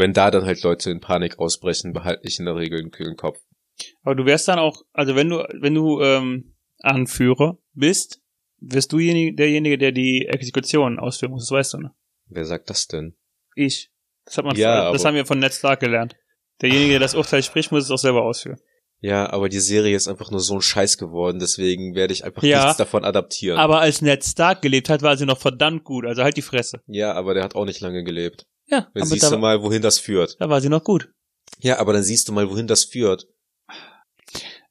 [SPEAKER 1] wenn da dann halt Leute in Panik ausbrechen, behalte ich in der Regel einen kühlen Kopf.
[SPEAKER 2] Aber du wärst dann auch, also wenn du, wenn du ähm, Anführer bist, wirst du jenig- derjenige, der die Exekution ausführen muss, das weißt du, ne?
[SPEAKER 1] Wer sagt das denn?
[SPEAKER 2] Ich. Das hat man,
[SPEAKER 1] Ja,
[SPEAKER 2] das
[SPEAKER 1] aber-
[SPEAKER 2] haben wir von Ned Stark gelernt. Derjenige, der das Urteil spricht, muss es auch selber ausführen.
[SPEAKER 1] Ja, aber die Serie ist einfach nur so ein Scheiß geworden, deswegen werde ich einfach
[SPEAKER 2] Ja,
[SPEAKER 1] nichts davon adaptieren.
[SPEAKER 2] Aber als Ned Stark gelebt hat, war sie noch verdammt gut, also halt die Fresse.
[SPEAKER 1] ja, aber der hat auch nicht lange gelebt.
[SPEAKER 2] Ja,
[SPEAKER 1] Dann
[SPEAKER 2] aber
[SPEAKER 1] siehst du
[SPEAKER 2] da,
[SPEAKER 1] mal, wohin das führt.
[SPEAKER 2] da war sie noch gut.
[SPEAKER 1] Ja, aber dann siehst du mal, wohin das führt.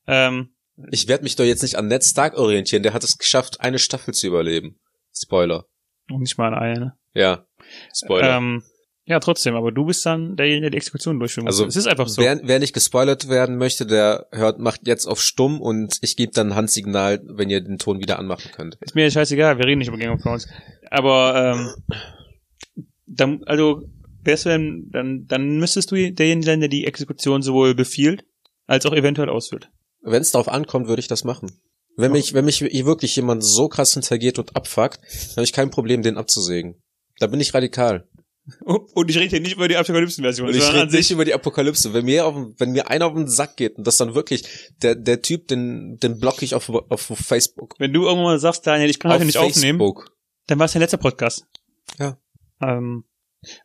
[SPEAKER 2] Ähm,
[SPEAKER 1] Ich werde mich doch jetzt nicht an Ned Stark orientieren, der hat es geschafft, eine Staffel zu überleben. Spoiler.
[SPEAKER 2] noch nicht mal eine, ne?
[SPEAKER 1] Ja, Spoiler.
[SPEAKER 2] Ähm, ja, trotzdem, aber du bist dann derjenige, der die Exekution durchführen muss.
[SPEAKER 1] Also,
[SPEAKER 2] es ist einfach so.
[SPEAKER 1] Wer, wer nicht gespoilert werden möchte, der hört, macht jetzt auf stumm und ich gebe dann ein Handsignal, wenn ihr den Ton wieder anmachen könnt.
[SPEAKER 2] Ist mir scheißegal, wir reden nicht über Game of Thrones. Aber, ähm, dann, also, wärst du denn, dann, dann müsstest du derjenige sein, der die Exekution sowohl befiehlt, als auch eventuell ausführt.
[SPEAKER 1] Wenn es darauf ankommt, würde ich das machen. Wenn mich, wenn mich hier wirklich jemand so krass hintergeht und abfuckt, dann habe ich kein Problem, den abzusägen. Da bin ich radikal.
[SPEAKER 2] [laughs] Und ich rede hier nicht über die Apokalypse-Version,
[SPEAKER 1] Und ich
[SPEAKER 2] sondern an
[SPEAKER 1] rede
[SPEAKER 2] sich.
[SPEAKER 1] nicht über die Apokalypse. Wenn mir, auf, den- wenn mir einer auf den Sack geht und das dann wirklich, der, der Typ, den, den block ich auf, auf Facebook.
[SPEAKER 2] Wenn du irgendwann mal sagst, Daniel, ich kann
[SPEAKER 1] auf
[SPEAKER 2] heute nicht aufnehmen,
[SPEAKER 1] Facebook.
[SPEAKER 2] Dann war es dein letzter Podcast.
[SPEAKER 1] Ja.
[SPEAKER 2] Ähm,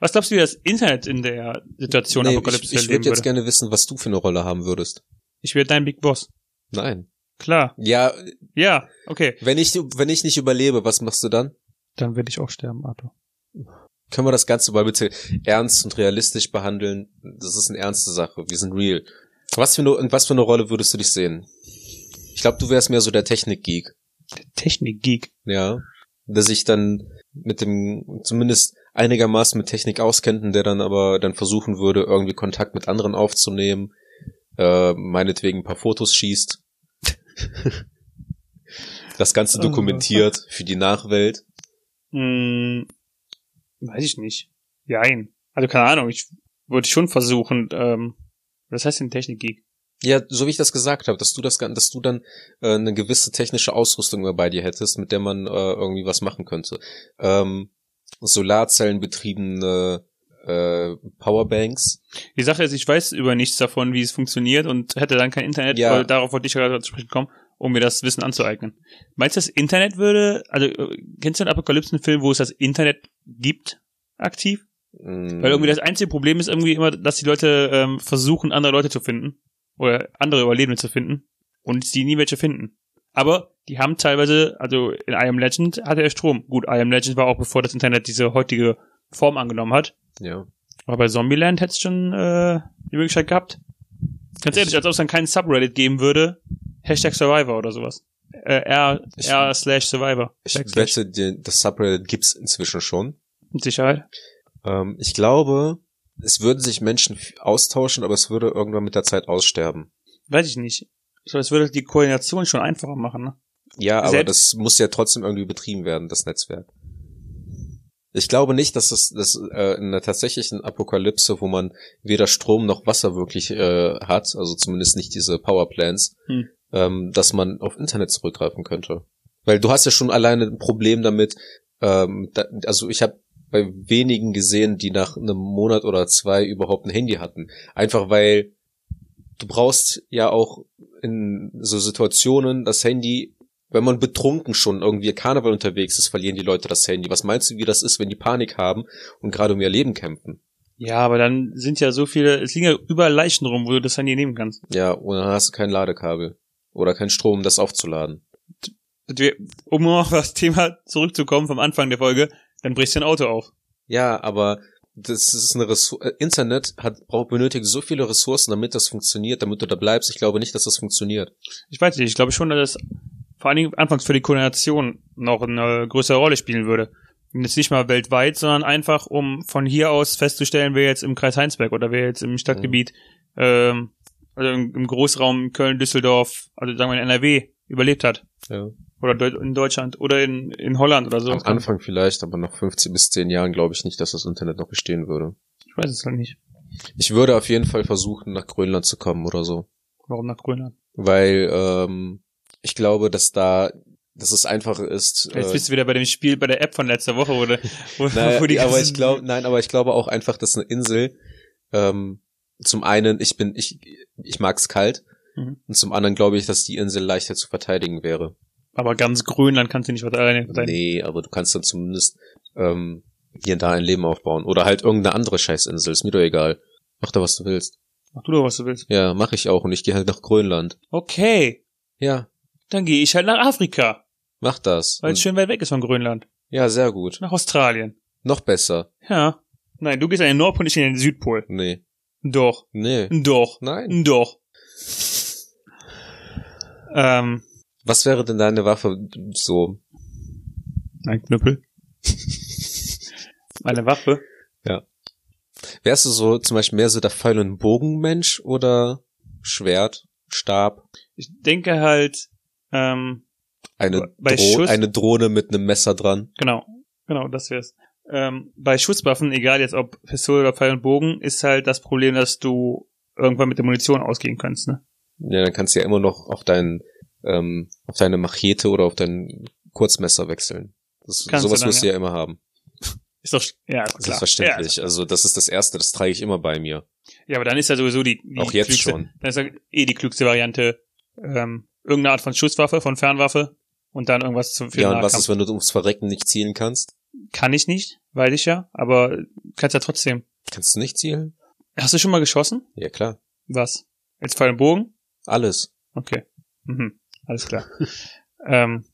[SPEAKER 2] was glaubst du, wie das Internet in der Situation
[SPEAKER 1] Nee, ich
[SPEAKER 2] Apokalypse
[SPEAKER 1] ich
[SPEAKER 2] erleben
[SPEAKER 1] würde jetzt
[SPEAKER 2] würde?
[SPEAKER 1] gerne wissen, was du für eine Rolle haben würdest.
[SPEAKER 2] Ich wäre dein Big Boss.
[SPEAKER 1] Nein.
[SPEAKER 2] Klar.
[SPEAKER 1] Ja,
[SPEAKER 2] Ja, okay.
[SPEAKER 1] wenn ich, wenn ich nicht überlebe, was machst du dann?
[SPEAKER 2] Dann werde ich auch sterben, Arthur.
[SPEAKER 1] Können wir das Ganze mal bitte ernst und realistisch behandeln? Das ist eine ernste Sache. Wir sind real. Was für eine, in was für eine Rolle würdest du dich sehen? Ich glaube, du wärst mehr so der Technikgeek.
[SPEAKER 2] Der Technik-Geek.
[SPEAKER 1] Ja. Der sich dann mit dem, zumindest einigermaßen mit Technik auskennt und der dann aber dann versuchen würde, irgendwie Kontakt mit anderen aufzunehmen, äh, meinetwegen ein paar Fotos schießt. [laughs] das Ganze
[SPEAKER 2] Oh,
[SPEAKER 1] dokumentiert für die Nachwelt.
[SPEAKER 2] Hm, weiß ich nicht. Jein. Also keine Ahnung, ich würde schon versuchen, ähm, was heißt denn Technik-Geek?
[SPEAKER 1] Ja, so wie ich das gesagt habe, dass du das, gan- dass du dann äh, eine gewisse technische Ausrüstung immer bei dir hättest, mit der man äh, irgendwie was machen könnte. Ähm, Solarzellen betriebene äh, Powerbanks.
[SPEAKER 2] Die Sache ist, ich weiß über nichts davon, wie es funktioniert und hätte dann kein Internet,
[SPEAKER 1] Ja.
[SPEAKER 2] weil darauf wollte ich gerade zu sprechen kommen, um mir das Wissen anzueignen. Meinst du, das Internet würde, also äh, kennst du einen Apokalypsenfilm, wo es das Internet gibt, aktiv?
[SPEAKER 1] Mm,
[SPEAKER 2] Weil irgendwie das einzige Problem ist irgendwie immer, dass die Leute ähm, versuchen, andere Leute zu finden oder andere Überlebende zu finden und sie nie welche finden. Aber die haben teilweise, also in I Am Legend hatte er Strom. Gut, I Am Legend war auch bevor das Internet diese heutige Form angenommen hat.
[SPEAKER 1] ja.
[SPEAKER 2] Aber bei Zombieland hättest du schon äh, die Möglichkeit gehabt. Ganz ehrlich, als ob es dann keinen Subreddit geben würde. Hashtag Survivor oder sowas. Äh, R,
[SPEAKER 1] Ich-
[SPEAKER 2] R slash Survivor.
[SPEAKER 1] Ich
[SPEAKER 2] Backslash.
[SPEAKER 1] wette, die, das Subreddit gibt's inzwischen schon.
[SPEAKER 2] Mit Sicherheit.
[SPEAKER 1] Ähm, ich glaube, es würden sich Menschen f- austauschen, aber es würde irgendwann mit der Zeit aussterben.
[SPEAKER 2] Weiß ich nicht. So, das würde die Koordination schon einfacher machen, ne?
[SPEAKER 1] Ja, aber
[SPEAKER 2] Selbst-
[SPEAKER 1] das muss ja trotzdem irgendwie betrieben werden, das Netzwerk. Ich glaube nicht, dass das, das äh, in einer tatsächlichen Apokalypse, wo man weder Strom noch Wasser wirklich äh, hat, also zumindest nicht diese Powerplants,
[SPEAKER 2] Hm.
[SPEAKER 1] ähm, dass man auf Internet zurückgreifen könnte. Weil du hast ja schon alleine ein Problem damit, ähm, da, also ich habe bei wenigen gesehen, die nach einem Monat oder zwei überhaupt ein Handy hatten. Einfach weil du brauchst ja auch in so Situationen das Handy, wenn man betrunken schon irgendwie Karneval unterwegs ist, verlieren die Leute das Handy. Was meinst du, wie das ist, wenn die Panik haben und gerade um ihr Leben kämpfen?
[SPEAKER 2] Ja, aber dann sind ja so viele, es liegen ja überall Leichen rum, wo du das Handy nehmen kannst.
[SPEAKER 1] Ja, und dann hast du kein Ladekabel oder kein Strom, um das aufzuladen.
[SPEAKER 2] Und wir- Um nur auf das Thema zurückzukommen vom Anfang der Folge, dann brichst du ein Auto auf.
[SPEAKER 1] Ja, aber das ist eine Ressource. Internet hat, braucht, benötigt so viele Ressourcen, damit das funktioniert, damit du da bleibst. Ich glaube nicht, dass das funktioniert.
[SPEAKER 2] Ich weiß nicht, ich glaube schon, dass es vor allen Dingen anfangs für die Koordination noch eine größere Rolle spielen würde. Und jetzt nicht mal weltweit, sondern einfach, um von hier aus festzustellen, wer jetzt im Kreis Heinsberg oder wer jetzt im Stadtgebiet, ähm, also im, im Großraum Köln, Düsseldorf, also sagen wir in NRW, überlebt hat.
[SPEAKER 1] Ja.
[SPEAKER 2] Oder Deu- in Deutschland oder in, in Holland oder so.
[SPEAKER 1] Am Anfang vielleicht, aber nach 15 bis 10 Jahren glaube ich nicht, dass das Internet noch bestehen würde.
[SPEAKER 2] Ich weiß es halt nicht.
[SPEAKER 1] Ich würde auf jeden Fall versuchen, nach Grönland zu kommen oder so.
[SPEAKER 2] Warum nach Grönland?
[SPEAKER 1] Weil ähm, ich glaube, dass da, dass es einfacher ist. äh,
[SPEAKER 2] Jetzt bist du wieder bei dem Spiel, bei der App von letzter Woche, oder? Wo,
[SPEAKER 1] [laughs]
[SPEAKER 2] [laughs]
[SPEAKER 1] Naja,
[SPEAKER 2] wo die
[SPEAKER 1] aber ich
[SPEAKER 2] ganzen-
[SPEAKER 1] glaube, nein, aber ich glaube auch einfach, dass eine Insel ähm, zum einen, ich bin, ich, ich mag's kalt
[SPEAKER 2] Mhm.
[SPEAKER 1] und zum anderen glaube ich, dass die Insel leichter zu verteidigen wäre.
[SPEAKER 2] Aber ganz Grönland kannst du nicht was alleine sein.
[SPEAKER 1] Nee, aber du kannst dann zumindest ähm, hier und da ein Leben aufbauen. Oder halt irgendeine andere Scheißinsel, ist mir doch egal. Mach da, was du willst.
[SPEAKER 2] Mach du doch, was du willst.
[SPEAKER 1] Ja, mache ich auch und ich gehe halt nach Grönland.
[SPEAKER 2] Okay,
[SPEAKER 1] Ja,
[SPEAKER 2] dann gehe ich halt nach Afrika,
[SPEAKER 1] mach das.
[SPEAKER 2] weil es
[SPEAKER 1] Und,
[SPEAKER 2] schön weit weg ist von Grönland.
[SPEAKER 1] ja, sehr gut.
[SPEAKER 2] Nach Australien.
[SPEAKER 1] Noch besser.
[SPEAKER 2] Ja. Nein, du gehst an den Nordpol, ich in den Südpol.
[SPEAKER 1] Nee.
[SPEAKER 2] Doch,
[SPEAKER 1] Nee.
[SPEAKER 2] doch,
[SPEAKER 1] Nein.
[SPEAKER 2] doch. Ähm,
[SPEAKER 1] Was wäre denn deine Waffe so?
[SPEAKER 2] ein Knüppel. [laughs] Meine Waffe.
[SPEAKER 1] Wärst du so zum Beispiel mehr so der Pfeil- und Bogenmensch oder Schwert, Stab,
[SPEAKER 2] Ich denke halt, ähm,
[SPEAKER 1] eine,
[SPEAKER 2] Bei
[SPEAKER 1] Dro
[SPEAKER 2] Schuss-
[SPEAKER 1] eine Drohne mit einem Messer dran?
[SPEAKER 2] genau, genau, das wär's. Ähm, bei Schusswaffen, egal jetzt ob Pistole oder Pfeil und Bogen, ist halt das Problem, dass du irgendwann mit der Munition ausgehen kannst, ne?
[SPEAKER 1] Ja, dann kannst du ja immer noch auf deinen, ähm, auf deine Machete oder auf dein Kurzmesser wechseln. Das,
[SPEAKER 2] Kannst du
[SPEAKER 1] sowas
[SPEAKER 2] dann,
[SPEAKER 1] wirst du ja. immer haben.
[SPEAKER 2] Ist doch, ja, klar. Ja,
[SPEAKER 1] Selbstverständlich. Also das ist das Erste, das trage ich immer bei mir.
[SPEAKER 2] Ja, aber dann ist ja sowieso die, die
[SPEAKER 1] Auch jetzt
[SPEAKER 2] klügste,
[SPEAKER 1] schon.
[SPEAKER 2] Dann ist ja eh die klügste Variante ähm, irgendeine Art von Schusswaffe, von Fernwaffe und dann irgendwas zum für
[SPEAKER 1] ja, und
[SPEAKER 2] Nahkampf.
[SPEAKER 1] was ist, wenn du ums Verrecken nicht zielen kannst?
[SPEAKER 2] Kann ich nicht, weiß ich ja, aber kannst ja trotzdem.
[SPEAKER 1] Kannst du nicht zielen?
[SPEAKER 2] Hast du schon mal geschossen?
[SPEAKER 1] Ja, klar.
[SPEAKER 2] Was? Jetzt Pfeil und Bogen?
[SPEAKER 1] Alles.
[SPEAKER 2] Okay. Mhm.
[SPEAKER 1] [laughs]
[SPEAKER 2] Alles klar. ähm,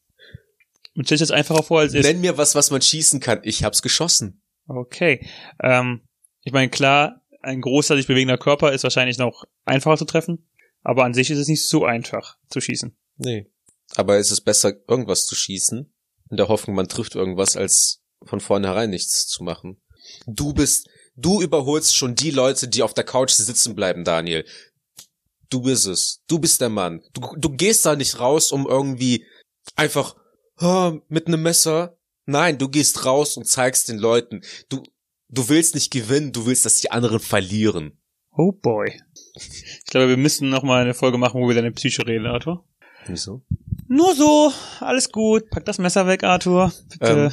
[SPEAKER 2] und stell dir das einfacher vor, als ist.
[SPEAKER 1] Nenn mir was, was man schießen kann. Ich hab's geschossen.
[SPEAKER 2] Okay. Ähm, ich meine, klar, ein großer sich bewegender Körper ist wahrscheinlich noch einfacher zu treffen, aber an sich ist es nicht so einfach zu schießen.
[SPEAKER 1] Nee. Aber es ist besser, irgendwas zu schießen, in der Hoffnung, man trifft irgendwas, als von vornherein nichts zu machen. Du bist, du überholst schon die Leute, die auf der Couch sitzen bleiben, Daniel. Du bist es. Du bist der Mann. Du, du gehst da nicht raus, um irgendwie einfach ah, mit einem Messer. Nein, du gehst raus und zeigst den Leuten. Du, du willst nicht gewinnen, du willst, dass die anderen verlieren.
[SPEAKER 2] Oh boy. Ich glaube, wir müssen noch mal eine Folge machen, wo wir deine Psyche reden, Arthur.
[SPEAKER 1] Wieso?
[SPEAKER 2] Nur so, alles gut. Pack das Messer weg, Arthur. Bitte.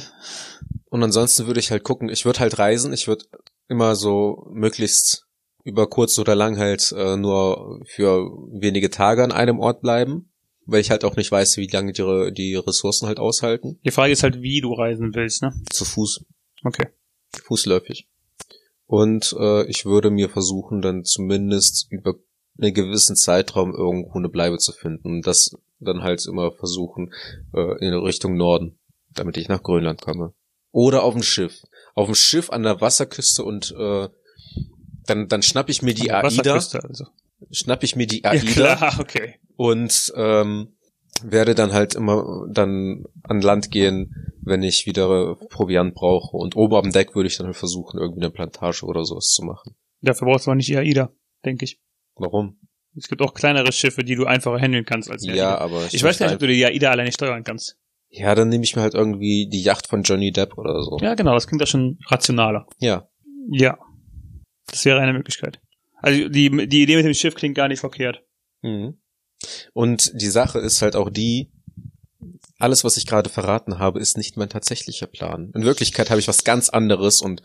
[SPEAKER 1] Und ansonsten würde ich halt gucken, ich würde halt reisen, ich würde immer so möglichst über kurz oder lang halt äh, nur für wenige Tage an einem Ort bleiben, weil ich halt auch nicht weiß, wie lange die, Re- die Ressourcen halt aushalten.
[SPEAKER 2] Die Frage ist halt, wie du reisen willst, ne?
[SPEAKER 1] Zu Fuß,
[SPEAKER 2] Okay.
[SPEAKER 1] fußläufig. Und äh, ich würde mir versuchen, dann zumindest über einen gewissen Zeitraum irgendwo eine Bleibe zu finden und das dann halt immer versuchen äh, in Richtung Norden, damit ich nach Grönland komme. Oder auf dem Schiff. Auf dem Schiff an der Wasserküste und äh, dann, dann schnapp ich mir die AIDA,
[SPEAKER 2] Wasserküste also.
[SPEAKER 1] schnapp ich mir die
[SPEAKER 2] Ja,
[SPEAKER 1] AIDA
[SPEAKER 2] klar, okay.
[SPEAKER 1] und ähm, werde dann halt immer dann an Land gehen, wenn ich wieder Proviant brauche. Und oben am Deck würde ich dann halt versuchen, irgendwie eine Plantage oder sowas zu machen.
[SPEAKER 2] Dafür brauchst du auch nicht die AIDA, denke ich.
[SPEAKER 1] Warum?
[SPEAKER 2] Es gibt auch kleinere Schiffe, die du einfacher handeln kannst als die
[SPEAKER 1] Ja,
[SPEAKER 2] AIDA.
[SPEAKER 1] aber
[SPEAKER 2] Ich weiß gar nicht,
[SPEAKER 1] möchte
[SPEAKER 2] ob du die AIDA alleine steuern kannst.
[SPEAKER 1] Ja, dann nehme ich mir halt irgendwie die Yacht von Johnny Depp oder so.
[SPEAKER 2] Ja, genau, das klingt ja schon rationaler.
[SPEAKER 1] Ja.
[SPEAKER 2] Ja. Das wäre eine Möglichkeit. Also die, die Idee mit dem Schiff klingt gar nicht verkehrt.
[SPEAKER 1] Mhm. Und die Sache ist halt auch die, alles, was ich gerade verraten habe, ist nicht mein tatsächlicher Plan. In Wirklichkeit habe ich was ganz anderes und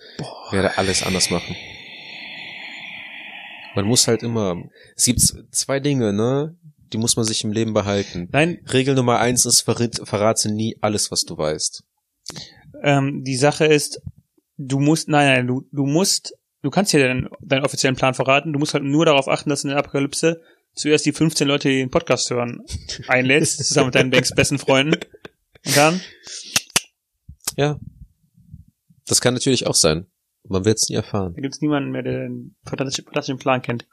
[SPEAKER 1] werde alles anders machen. Man muss halt immer, es gibt z- zwei Dinge, ne? Die muss man sich im Leben behalten.
[SPEAKER 2] Nein,
[SPEAKER 1] Regel Nummer eins ist, verrit, verrate nie alles, was du weißt.
[SPEAKER 2] Ähm, die Sache ist, du musst, nein, nein, du, du musst, du kannst ja deinen, deinen offiziellen Plan verraten, du musst halt nur darauf achten, dass in der Apokalypse zuerst die 15 Leute, die den Podcast hören, einlädst, zusammen mit deinen Banks besten Freunden. Und dann,
[SPEAKER 1] Das kann natürlich auch sein. Man wird es nie erfahren.
[SPEAKER 2] da gibt's niemanden mehr, der den fantastischen fantastischen Plan kennt.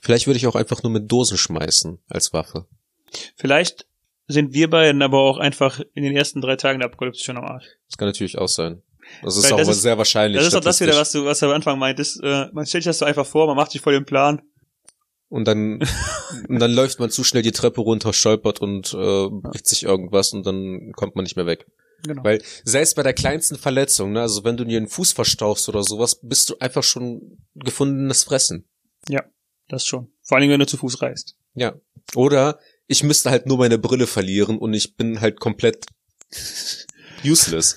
[SPEAKER 1] Vielleicht würde ich auch einfach nur mit Dosen schmeißen als Waffe.
[SPEAKER 2] Vielleicht sind wir beiden aber auch einfach in den ersten drei Tagen der Apokalypse schon am Arsch.
[SPEAKER 1] Das kann natürlich auch sein. Das ist
[SPEAKER 2] Weil
[SPEAKER 1] auch
[SPEAKER 2] das
[SPEAKER 1] wa-
[SPEAKER 2] ist-
[SPEAKER 1] sehr wahrscheinlich.
[SPEAKER 2] Das ist doch das
[SPEAKER 1] statistisch.
[SPEAKER 2] wieder, was du, was du am Anfang meintest. Äh, man stellt sich das so einfach vor, man macht sich voll den Plan
[SPEAKER 1] Und dann, und dann läuft man zu schnell die Treppe runter, stolpert und äh, bricht sich irgendwas und dann kommt man nicht mehr weg.
[SPEAKER 2] Genau.
[SPEAKER 1] Weil selbst bei der kleinsten Verletzung, ne, also wenn du dir den Fuß verstauchst oder sowas, bist du einfach schon gefundenes Fressen.
[SPEAKER 2] das schon. Vor allen Dingen, wenn du zu Fuß reist.
[SPEAKER 1] Ja. Oder ich müsste halt nur meine Brille verlieren und ich bin halt komplett useless.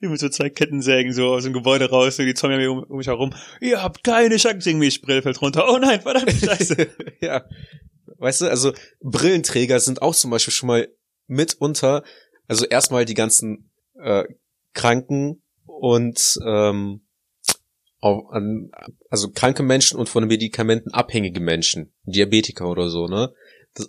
[SPEAKER 2] Wie mit so zwei Kettensägen so aus dem Gebäude raus, so die Zombie um, um mich herum. Ihr habt keine Chance gegen mich, Brill fällt runter. Oh nein, verdammte [laughs] Scheiße.
[SPEAKER 1] ja. Weißt du, also Brillenträger sind auch zum Beispiel schon mal mitunter, also erstmal die ganzen äh, Kranken und ähm, auch an, also kranke Menschen und von Medikamenten abhängige Menschen, Diabetiker oder so, ne? Das,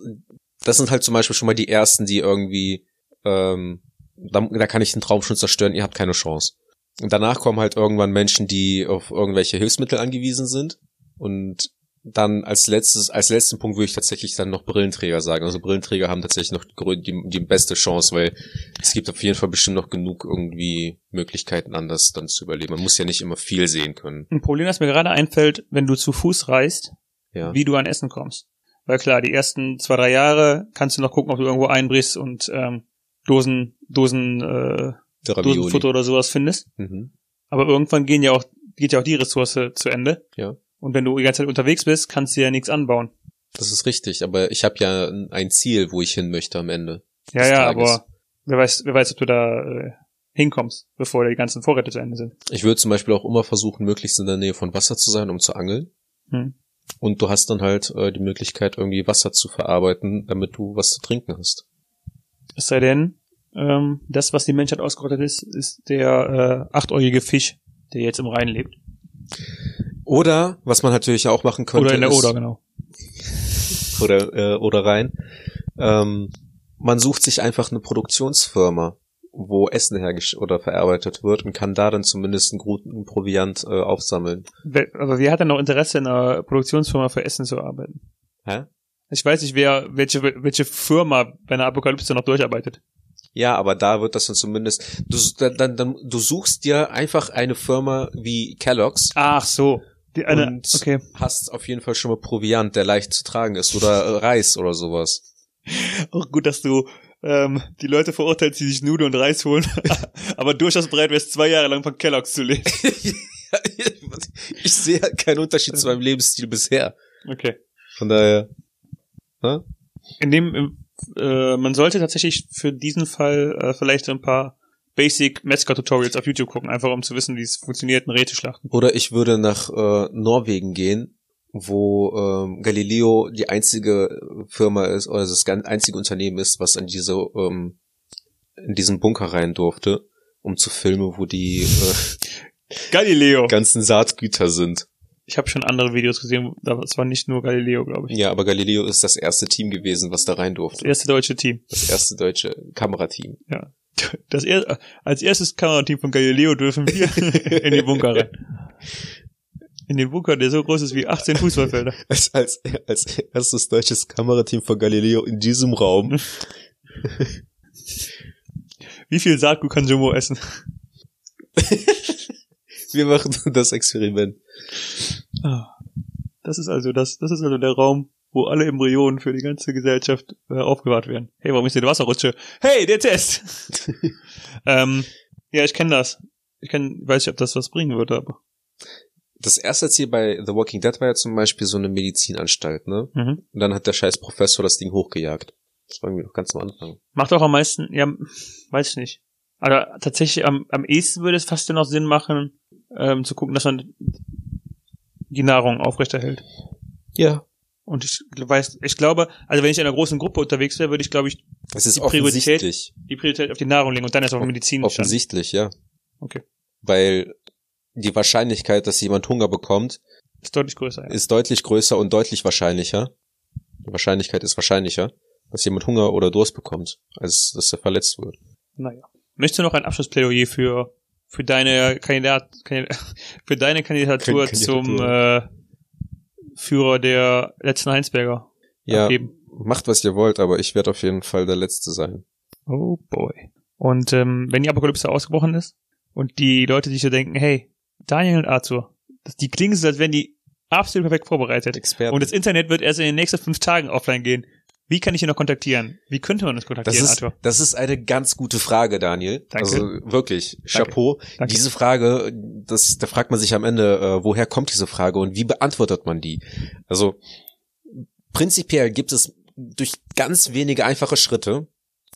[SPEAKER 1] das sind halt zum Beispiel schon mal die ersten, die irgendwie, ähm, da, da kann ich den Traum schon zerstören, ihr habt keine Chance. Und danach kommen halt irgendwann Menschen, die auf irgendwelche Hilfsmittel angewiesen sind und dann als letztes, als letzten Punkt würde ich tatsächlich dann noch Brillenträger sagen. Also Brillenträger haben tatsächlich noch die, grö- die, die beste Chance, weil es gibt auf jeden Fall bestimmt noch genug irgendwie Möglichkeiten anders dann zu überleben. Man muss ja nicht immer viel sehen können.
[SPEAKER 2] Ein Problem, das mir gerade einfällt, wenn du zu Fuß reist,
[SPEAKER 1] Ja.
[SPEAKER 2] wie du an Essen kommst. Weil klar, die ersten zwei, drei Jahre kannst du noch gucken, ob du irgendwo einbrichst und ähm, Dosen, Dosen, äh,
[SPEAKER 1] Der
[SPEAKER 2] Dosenfutter oder sowas findest.
[SPEAKER 1] Mhm.
[SPEAKER 2] Aber irgendwann gehen ja auch, geht ja auch die Ressource zu Ende.
[SPEAKER 1] Ja.
[SPEAKER 2] Und wenn du die ganze Zeit unterwegs bist, kannst du ja nichts anbauen.
[SPEAKER 1] Das ist richtig, aber ich habe ja ein Ziel, wo ich hin möchte am Ende.
[SPEAKER 2] Ja,
[SPEAKER 1] Des
[SPEAKER 2] ja,
[SPEAKER 1] Tages.
[SPEAKER 2] aber wer weiß, wer weiß, ob du da äh, hinkommst, bevor die ganzen Vorräte zu Ende sind.
[SPEAKER 1] Ich würde zum Beispiel auch immer versuchen, möglichst in der Nähe von Wasser zu sein, um zu angeln.
[SPEAKER 2] Hm.
[SPEAKER 1] Und du hast dann halt äh, die Möglichkeit, irgendwie Wasser zu verarbeiten, damit du was zu trinken hast.
[SPEAKER 2] Es sei denn, ähm, das, was die Menschheit ausgerottet ist, ist der äh, achtäugige Fisch, der jetzt im Rhein lebt.
[SPEAKER 1] Oder, was man natürlich auch machen könnte,
[SPEAKER 2] Oder in der
[SPEAKER 1] ist,
[SPEAKER 2] Oder, genau.
[SPEAKER 1] oder, äh, oder rein. Ähm, man sucht sich einfach eine Produktionsfirma, wo Essen hergestellt oder verarbeitet wird und kann da dann zumindest einen guten Proviant äh, aufsammeln.
[SPEAKER 2] Wer, aber wer hat denn noch Interesse, in einer Produktionsfirma für Essen zu arbeiten?
[SPEAKER 1] Hä?
[SPEAKER 2] Ich weiß nicht, wer, welche, welche Firma bei einer Apokalypse noch durcharbeitet.
[SPEAKER 1] Ja, aber da wird das dann zumindest. Du, s- dann, dann, dann, du suchst dir einfach eine Firma wie Kellogg's,
[SPEAKER 2] Ach so. Die eine,
[SPEAKER 1] Und-
[SPEAKER 2] okay.
[SPEAKER 1] hast auf jeden Fall schon mal Proviant, der leicht zu tragen ist, oder äh, Reis oder [laughs] sowas.
[SPEAKER 2] Auch gut, dass du ähm, die Leute verurteilst, die sich Nudeln und Reis [laughs] holen, aber durchaus bereit wärst, zwei Jahre lang von Kellogg's zu leben.
[SPEAKER 1] ich sehe halt keinen Unterschied zu meinem Lebensstil bisher.
[SPEAKER 2] Okay.
[SPEAKER 1] Von daher.
[SPEAKER 2] In dem, äh, man sollte tatsächlich für diesen Fall äh, vielleicht ein paar Basic Metzger-Tutorials auf YouTube gucken, einfach um zu wissen, wie es funktioniert, ein Reh zu schlachten.
[SPEAKER 1] Oder ich würde nach äh, Norwegen gehen, wo ähm, Galileo die einzige äh, Firma ist, oder das gan- einzige Unternehmen ist, was in diese ähm, in diesen Bunker rein durfte, um zu filmen, wo die [laughs] äh,
[SPEAKER 2] Galileo!
[SPEAKER 1] ganzen Saatgüter sind.
[SPEAKER 2] Ich habe schon andere Videos gesehen, das war nicht nur Galileo, glaube ich.
[SPEAKER 1] Ja, aber Galileo ist das erste Team gewesen, was da rein
[SPEAKER 2] Das
[SPEAKER 1] durfte.
[SPEAKER 2] erste deutsche Team.
[SPEAKER 1] Das erste deutsche Kamerateam.
[SPEAKER 2] Das er als erstes Kamerateam von Galileo dürfen [laughs] wir in den Bunker rein. In den Bunker, der so groß ist wie 18 Fußballfelder.
[SPEAKER 1] [laughs] Als, als, als erstes deutsches Kamerateam von Galileo in diesem Raum.
[SPEAKER 2] Wie viel Saatgut kann Jumbo essen?
[SPEAKER 1] [laughs] Wir machen das Experiment.
[SPEAKER 2] Ah, Das ist also das, das ist also der Raum, wo alle Embryonen für die ganze Gesellschaft äh, aufbewahrt werden. Hey, warum ist hier eine Wasserrutsche? Hey, der Test! ähm, ja, ich kenne das. Ich kenn, weiß nicht, ob das was bringen würde, aber.
[SPEAKER 1] das erste Ziel bei The Walking Dead war ja zum Beispiel so eine Medizinanstalt, ne?
[SPEAKER 2] Mhm.
[SPEAKER 1] Und dann hat der scheiß Professor das Ding hochgejagt. Das war irgendwie noch ganz am Anfang.
[SPEAKER 2] Macht auch am meisten, ja, weiß ich nicht. Aber tatsächlich am, am ehesten würde es fast noch Sinn machen, ähm, zu gucken, dass man die Nahrung aufrechterhält.
[SPEAKER 1] Ja.
[SPEAKER 2] Und ich weiß, ich glaube, also wenn ich in einer großen Gruppe unterwegs wäre, würde ich, glaube ich,
[SPEAKER 1] Es ist
[SPEAKER 2] Die Priorität-
[SPEAKER 1] offensichtlich.
[SPEAKER 2] die Priorität auf die Nahrung legen und dann erst auf die Medizin schauen.
[SPEAKER 1] Offensichtlich, ja.
[SPEAKER 2] Okay.
[SPEAKER 1] Weil die Wahrscheinlichkeit, dass jemand Hunger bekommt,
[SPEAKER 2] Ist deutlich größer, ja.
[SPEAKER 1] ist deutlich größer und deutlich wahrscheinlicher. Die Wahrscheinlichkeit ist wahrscheinlicher, dass jemand Hunger oder Durst bekommt, als dass er verletzt wird.
[SPEAKER 2] Naja. Möchtest du noch ein Abschlussplädoyer für, für deine Kandidat, Kandid- [laughs] für deine Kandidatur
[SPEAKER 1] Kandidatur.
[SPEAKER 2] zum äh, Führer der letzten Heinsberger
[SPEAKER 1] Ja,
[SPEAKER 2] abgeben?
[SPEAKER 1] macht was ihr wollt, aber ich werde auf jeden Fall der Letzte sein.
[SPEAKER 2] Oh boy. Und ähm, wenn die Apokalypse ausgebrochen ist und die Leute sich so denken, hey, Daniel und Arthur, das, die klingen so, als wären die absolut perfekt vorbereitet.
[SPEAKER 1] Experten.
[SPEAKER 2] Und das Internet wird erst in den nächsten fünf Tagen offline gehen. Wie kann ich ihn noch kontaktieren? Wie könnte man uns
[SPEAKER 1] das,
[SPEAKER 2] kontaktieren,
[SPEAKER 1] ist,
[SPEAKER 2] Arthur?
[SPEAKER 1] das ist eine ganz gute Frage, Daniel.
[SPEAKER 2] Danke.
[SPEAKER 1] Also wirklich, Chapeau.
[SPEAKER 2] Danke.
[SPEAKER 1] Diese Frage, das, da fragt man sich am Ende, äh, woher kommt diese Frage und wie beantwortet man die? Also prinzipiell gibt es durch ganz wenige einfache Schritte,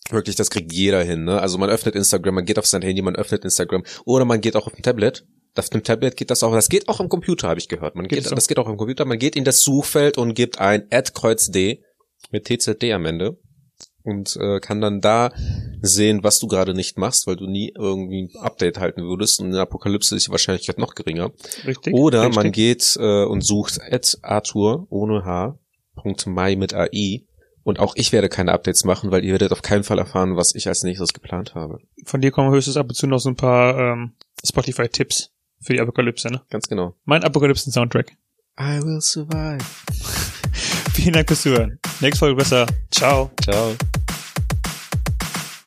[SPEAKER 1] wirklich, das kriegt jeder hin. Ne? Also man öffnet Instagram, man geht auf sein Handy, man öffnet Instagram oder man geht auch auf dem Tablet. Auf dem Tablet geht das auch. Das geht auch am Computer, habe ich gehört. Man
[SPEAKER 2] Geht
[SPEAKER 1] geht,
[SPEAKER 2] so.
[SPEAKER 1] das geht auch am Computer. Man geht in das Suchfeld und gibt ein Kreuz D mit TZD am Ende und äh, kann dann da sehen, was du gerade nicht machst, weil du nie irgendwie ein Update halten würdest. Und in der Apokalypse ist die Wahrscheinlichkeit noch geringer.
[SPEAKER 2] Richtig.
[SPEAKER 1] Oder
[SPEAKER 2] richtig.
[SPEAKER 1] man geht äh, und sucht at Arthur ohne H. Mai mit AI. Und auch ich werde keine Updates machen, weil ihr werdet auf keinen Fall erfahren, was ich als nächstes geplant habe.
[SPEAKER 2] Von dir kommen höchstens ab und zu noch so ein paar ähm, Spotify-Tipps für die Apokalypse, ne?
[SPEAKER 1] Ganz genau.
[SPEAKER 2] Mein Apokalypsen-Soundtrack.
[SPEAKER 1] I will survive.
[SPEAKER 2] Vielen Dank fürs Zuhören. Nächste Folge besser. Ciao.
[SPEAKER 1] Ciao.